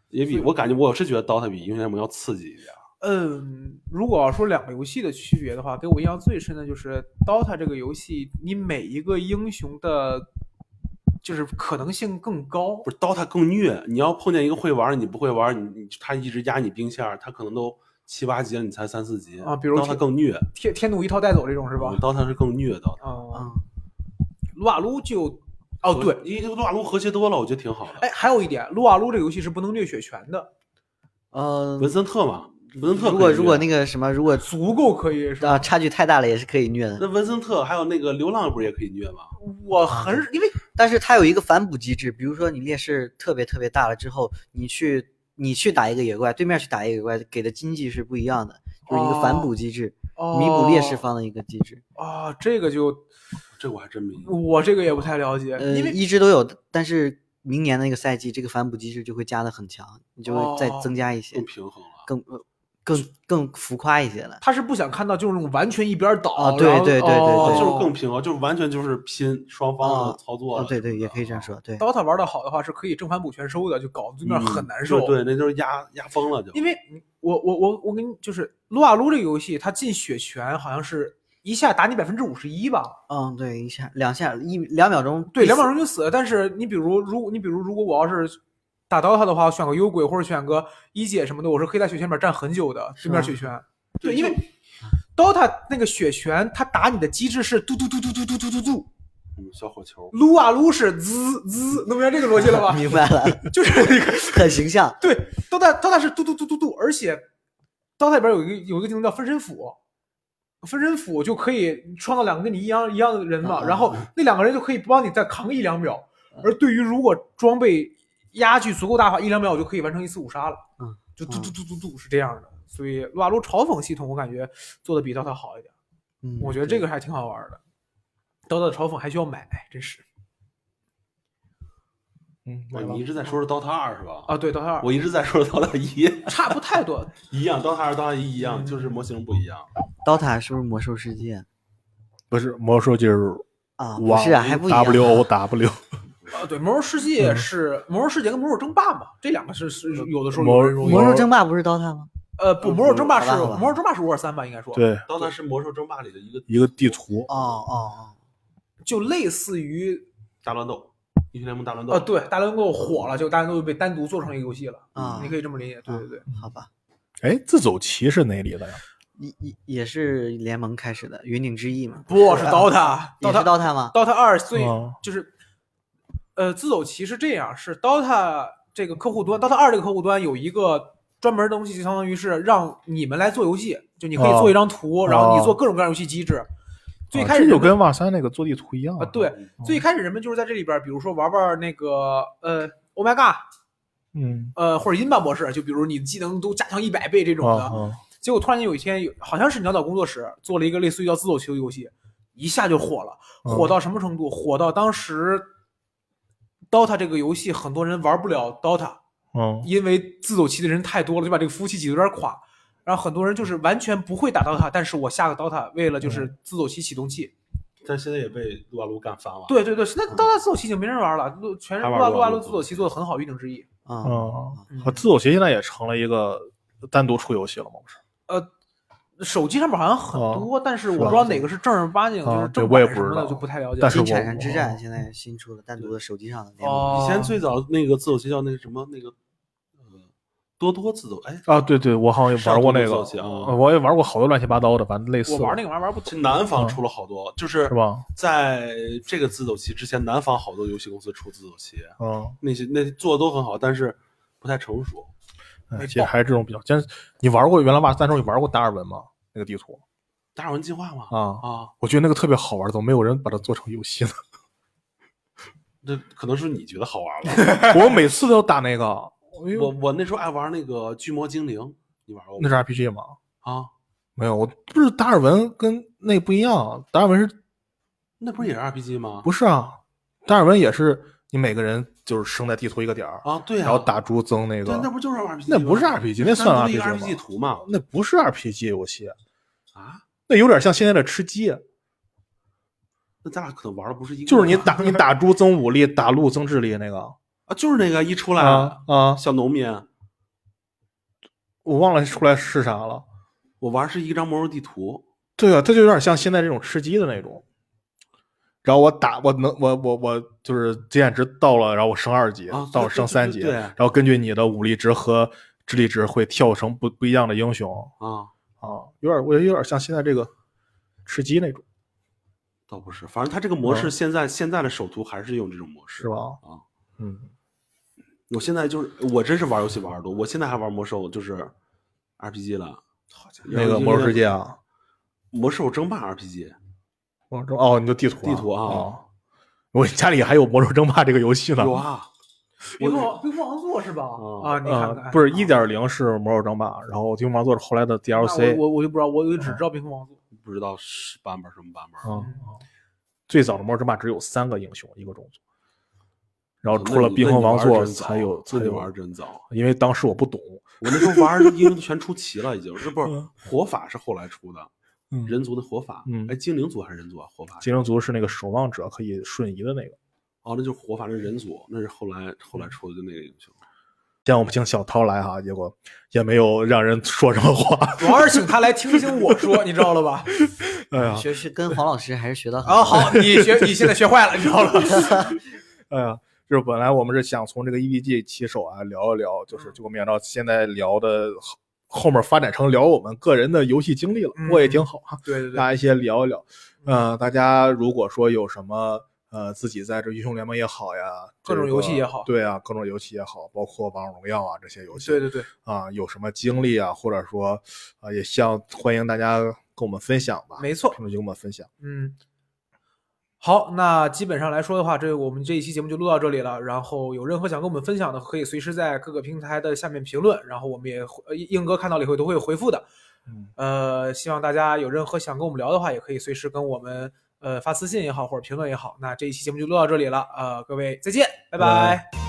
也比我感觉，我是觉得 DOTA 比英雄联盟要刺激一点。
嗯，如果要说两个游戏的区别的话，给我印象最深的就是 DOTA 这个游戏，你每一个英雄的，就是可能性更高
不。是 DOTA 更虐，你要碰见一个会玩儿，你不会玩儿，你你他一直压你兵线儿，他可能都七八级了，你才三四级
啊比如
，DOTA 更虐，
天天弩一套带走这种是吧？
？DOTA 是更虐的。
嗯，
嗯，
撸啊撸就，哦对，
因为撸啊撸和谐多了，我觉得挺好的。
哎，还有一点，撸啊撸这个游戏是不能虐血权的，
呃，
文森特嘛，文森特
如果如果那
个
个什么，如果
足够可以是吧？
啊差距太大了，也是可以虐的。
那文森特还有那个流浪不是也可以虐吗？
我很
啊
因为
但是它有一个反哺机制，比如说你劣势特别特别大了之后，你去你去打一个野怪，对面去打一个野怪，给的经济是不一样的，就是一个反哺机制，弥补劣势
哦
方的一个机制。
啊，这个就
这我还真没印象。
我这个也不太了解，
呃，
因为
一直都有，但是明年那个赛季，这个反哺机制就会加的很强，你就会再
哦
增加一些，
更平衡了。
更呃更更浮夸一些了。
他是不想看到就是那种完全一边倒，
啊对
然后
对对对
哦，
哦
对
就是更平衡，就是完全就是拼双方的
啊
操作
哦
了，
对
什么
对，
的
也可以这
啊
样。说，对。
DOTA 玩的好的话，是可以正反补全收的，就搞得对面
嗯
很难受。
对，对那就是压压崩了就。
因为我我我我跟你就是撸啊撸这个游戏，它进血权好像是一下打你百分之五十一吧？
嗯，对，一下两下一两秒钟，
对，两秒钟就死了。但是你比如如你比如如果我要是打 DOTA 的话，我选个幽鬼或者选个一姐什么的，我是可以在血圈里面站很久的，对面
是啊
血
吗
圈。
对
对，因为 DOTA 那个血拳，它打你的机制是嘟嘟嘟嘟嘟嘟嘟嘟嘟，
嗯小火球，
撸啊撸是滋滋，能明白这个逻辑了吧？
明白了，
就是那个
很形象。
对，DOTA DOTA 是嘟嘟嘟嘟嘟，而且 DOTA 里边有一个有一个技能叫分身斧，分身斧就可以创造两个跟你一样一样的人嘛，
啊
然后那两个人就可以帮你再扛一两秒，
嗯
而对于如果装备压距足够大的话，一两秒我就可以完成一次五杀了，
嗯，
就嘟
嗯
嘟嘟嘟嘟是这样的，所以撸啊撸嘲讽系统我感觉做的比 DOTA 好一点，
嗯，
我觉得这个还挺好玩的。DOTA 的嘲讽还需要买，真是
嗯，
哦
来吧
你一直在说是 DOTA 二是吧？
啊，，对 DOTA 二
我一直在说是 DOTA 一，
差不太 多，
一样，DOTA 二、DOTA 一一样，就是模型不一样。
嗯
DOTA 是不是魔兽世界
不是魔兽技术，
啊？不是啊，还不一样。
W O W，
啊，对，魔兽世界
嗯
是、魔兽世界跟魔兽争霸嘛，这两个是是有的时候
魔
有人容易
魔兽争霸不是 DOTA 吗？
呃不，魔兽争霸是
好吧好吧
魔兽争霸是五二三吧，应该说，
对，
DOTA 是魔兽争霸里的一个
一个地图
哦，哦
就类似于
大乱斗，英雄联盟大乱斗。
呃对，大乱斗火了，就大乱斗被单独做成一个游戏了，
啊
你可以这么理解，对对对，
哦，好吧，
哎，自走棋是哪里的呀？
也也也是联盟开始的云顶之弈嘛，
不是
啊
DOTA
也是
DOTA
DOTA 吗？
DOTA 二最
哦
就是呃自走棋是这样，是 DOTA 这个客户端，DOTA 二这个客户端有一个。专门的东西就相当于是让你们来做游戏，就你可以
哦
做一张图，然后你
哦
做各种各样的游戏机制。最
啊
开
这
始
就
人们
跟瓦三那个做地图一样
啊，对，最开始人们就是在这里边儿，比如说玩玩那个呃，Oh my god，
嗯，
呃，或者音霸模式，就比如你的技能都加强一百倍这种的。
啊
结果突然间有一天，有好像是鸟岛工作室做了一个类似于叫自走棋的游戏，一下就火了，火
嗯
到什么程度？火到当时 DOTA 这个游戏很多人玩不了 DOTA，
嗯
因为自走棋的人太多了，就把这个服务器挤得有点垮。然后很多人就是完全不会打 DOTA，但是我下个 DOTA 为了
嗯
就是自走棋启动器，
但现在也被撸啊撸干翻了。
对对对，现
嗯
在到达自走棋已经没人玩了，撸全是
还
撸
玩
啊
撸
撸
啊
啊
撸
撸自走棋做的很好，预定之意。
啊
嗯
嗯，
啊自走棋现在也成了一个单独出游戏了嘛，不是？
手机上面好像很
哦
多，但是我
是吧
不知道哪个是正儿八经，
啊
就是
对
正
我也
版
不
什么
知道
的，就不太了解。
但是
金
我哦
铲铲之战
我
现在新出了单独的手机上的联盟，
哦，
以前最早那个自走棋叫那个什么那个，呃，多多自走，
哦
哎，
啊，对对，我好像也玩过那
上
个
多自走棋，啊
呃我也玩过好多乱七八糟的，反正类似
我
的
玩那个玩意儿玩不
这
懂，
南方出了好多，就是
嗯是吧？
在这个自走棋之前，南方好多游戏公司出自走棋，
嗯，
那些那做的都很好，但是不太成熟。
哎
没
其实
爆
还是这种比较。但是你玩过原来瓦三时候，你玩过达尔文吗？那个地图
达尔文计划嘛，
啊，
啊，
我觉得那个特别好玩，怎么没有人把它做成游 戏呢？
这可能是你觉得好玩了。
我每次都打那个，
哦
哎呦
我我那时候爱玩那个巨魔精灵，你玩过
那
吗？
是 RPG 吗？
啊，
没有，我不是达尔文跟那不一样，达尔文是
那不是也是 RPG 吗？
不是啊？达尔文也是你每个人就是生在地图一个点儿，
啊，对啊，
然后打猪增那
对，那
个，
不就是 RPG？
那不是
吗
RPG，那算
单独的一个
RPG 吗
RPG 图嘛？
那不是 RPG 游戏，
啊，
那有点像现在的吃鸡，
那咱俩可能玩的不是一个，
就是你 打你打猪增武力，打鹿增智力那个
啊，就是那个一出来、
啊啊！
小农民，
我忘了出来是啥了。
我玩是一张魔兽地图，
对啊，它就有点像现在这种吃鸡的那种。然后我打我能我我我就是经验值到了，然后我升二级，
啊
到
对
我升
对对
三级，
对对
然后根据你的武力值和智力值会跳成不不一样的英雄
啊，
啊，有点我觉得有点像现在这个吃鸡那种，
倒不是，反正它这个模式
嗯
现在、现在的首图还是用这种模式
是吧？？
啊，
嗯，
我现在就是我真是玩游戏玩的多，我现在还玩魔兽，就是 RPG 了，好家伙，
那个魔兽世界，啊，
魔兽争霸 RPG
魔兽哦，你就地图
地图啊
哦我家里还有《魔兽争霸》这个游戏呢，
有啊，
冰王冰王座是吧？
啊
啊，你看
呃
看，，
不
是
哎
是一点零是《魔兽争霸》，然后《英雄王座》是后来的 DLC，
我我我就不知道，我我就只知道冰王座。
不知道是版本什么版本，
啊，最早的魔兽争霸只有三个英雄一个种族，然后
哦那
出了
你
冰
那
河
你
王
玩儿
座
真早
才有才
那你
有
玩儿真早。
因为当时我不懂，
我那时候玩儿英雄全出齐了，已经是不是
嗯
火法是后来出的，
嗯
人族的火法，
嗯
哎，精灵族还是人族啊？火法
精灵族是那个守望者可以瞬移的那个。
哦，那就是火法，那是人族，那是后来
嗯
后来出的就那个英雄。
今天我们请小涛来哈，结果也没有让人说什么话。
主要是请他来听听我 说，你知道了吧？
哎呀，哦
学是跟黄老师还是学到很
啊，
多
好，你学你现在学坏了，你知道了。
哎呀，就是本来我们是想从这个 EDG 起手啊聊一聊，就是
嗯
结果没想到现在聊的后后面发展成聊我们个人的游戏经历了，不过也
嗯
挺好哈。
对对对
大，家一起聊一聊。
嗯
呃，大家如果说有什么呃自己在这英雄联盟也好呀，
各种
这
游
个
戏也好
对啊，各种游戏也好，包括王者荣耀啊这些游戏，
对对对，
啊，有什么经历啊，或者说啊、也希望欢迎大家跟我们分享吧。
没错
评论区跟我们分享。
嗯。好，那基本上来说的话，这我们这一期节目就录到这里了。然后有任何想跟我们分享的，可以随时在各个平台的下面评论，然后我们也会呃硬哥看到了以后都会回复的。
嗯，
呃，希望大家有任何想跟我们聊的话，也可以随时跟我们呃发私信也好，或者评论也好。那这一期节目就录到这里了，呃，各位再见，拜
拜
拜
拜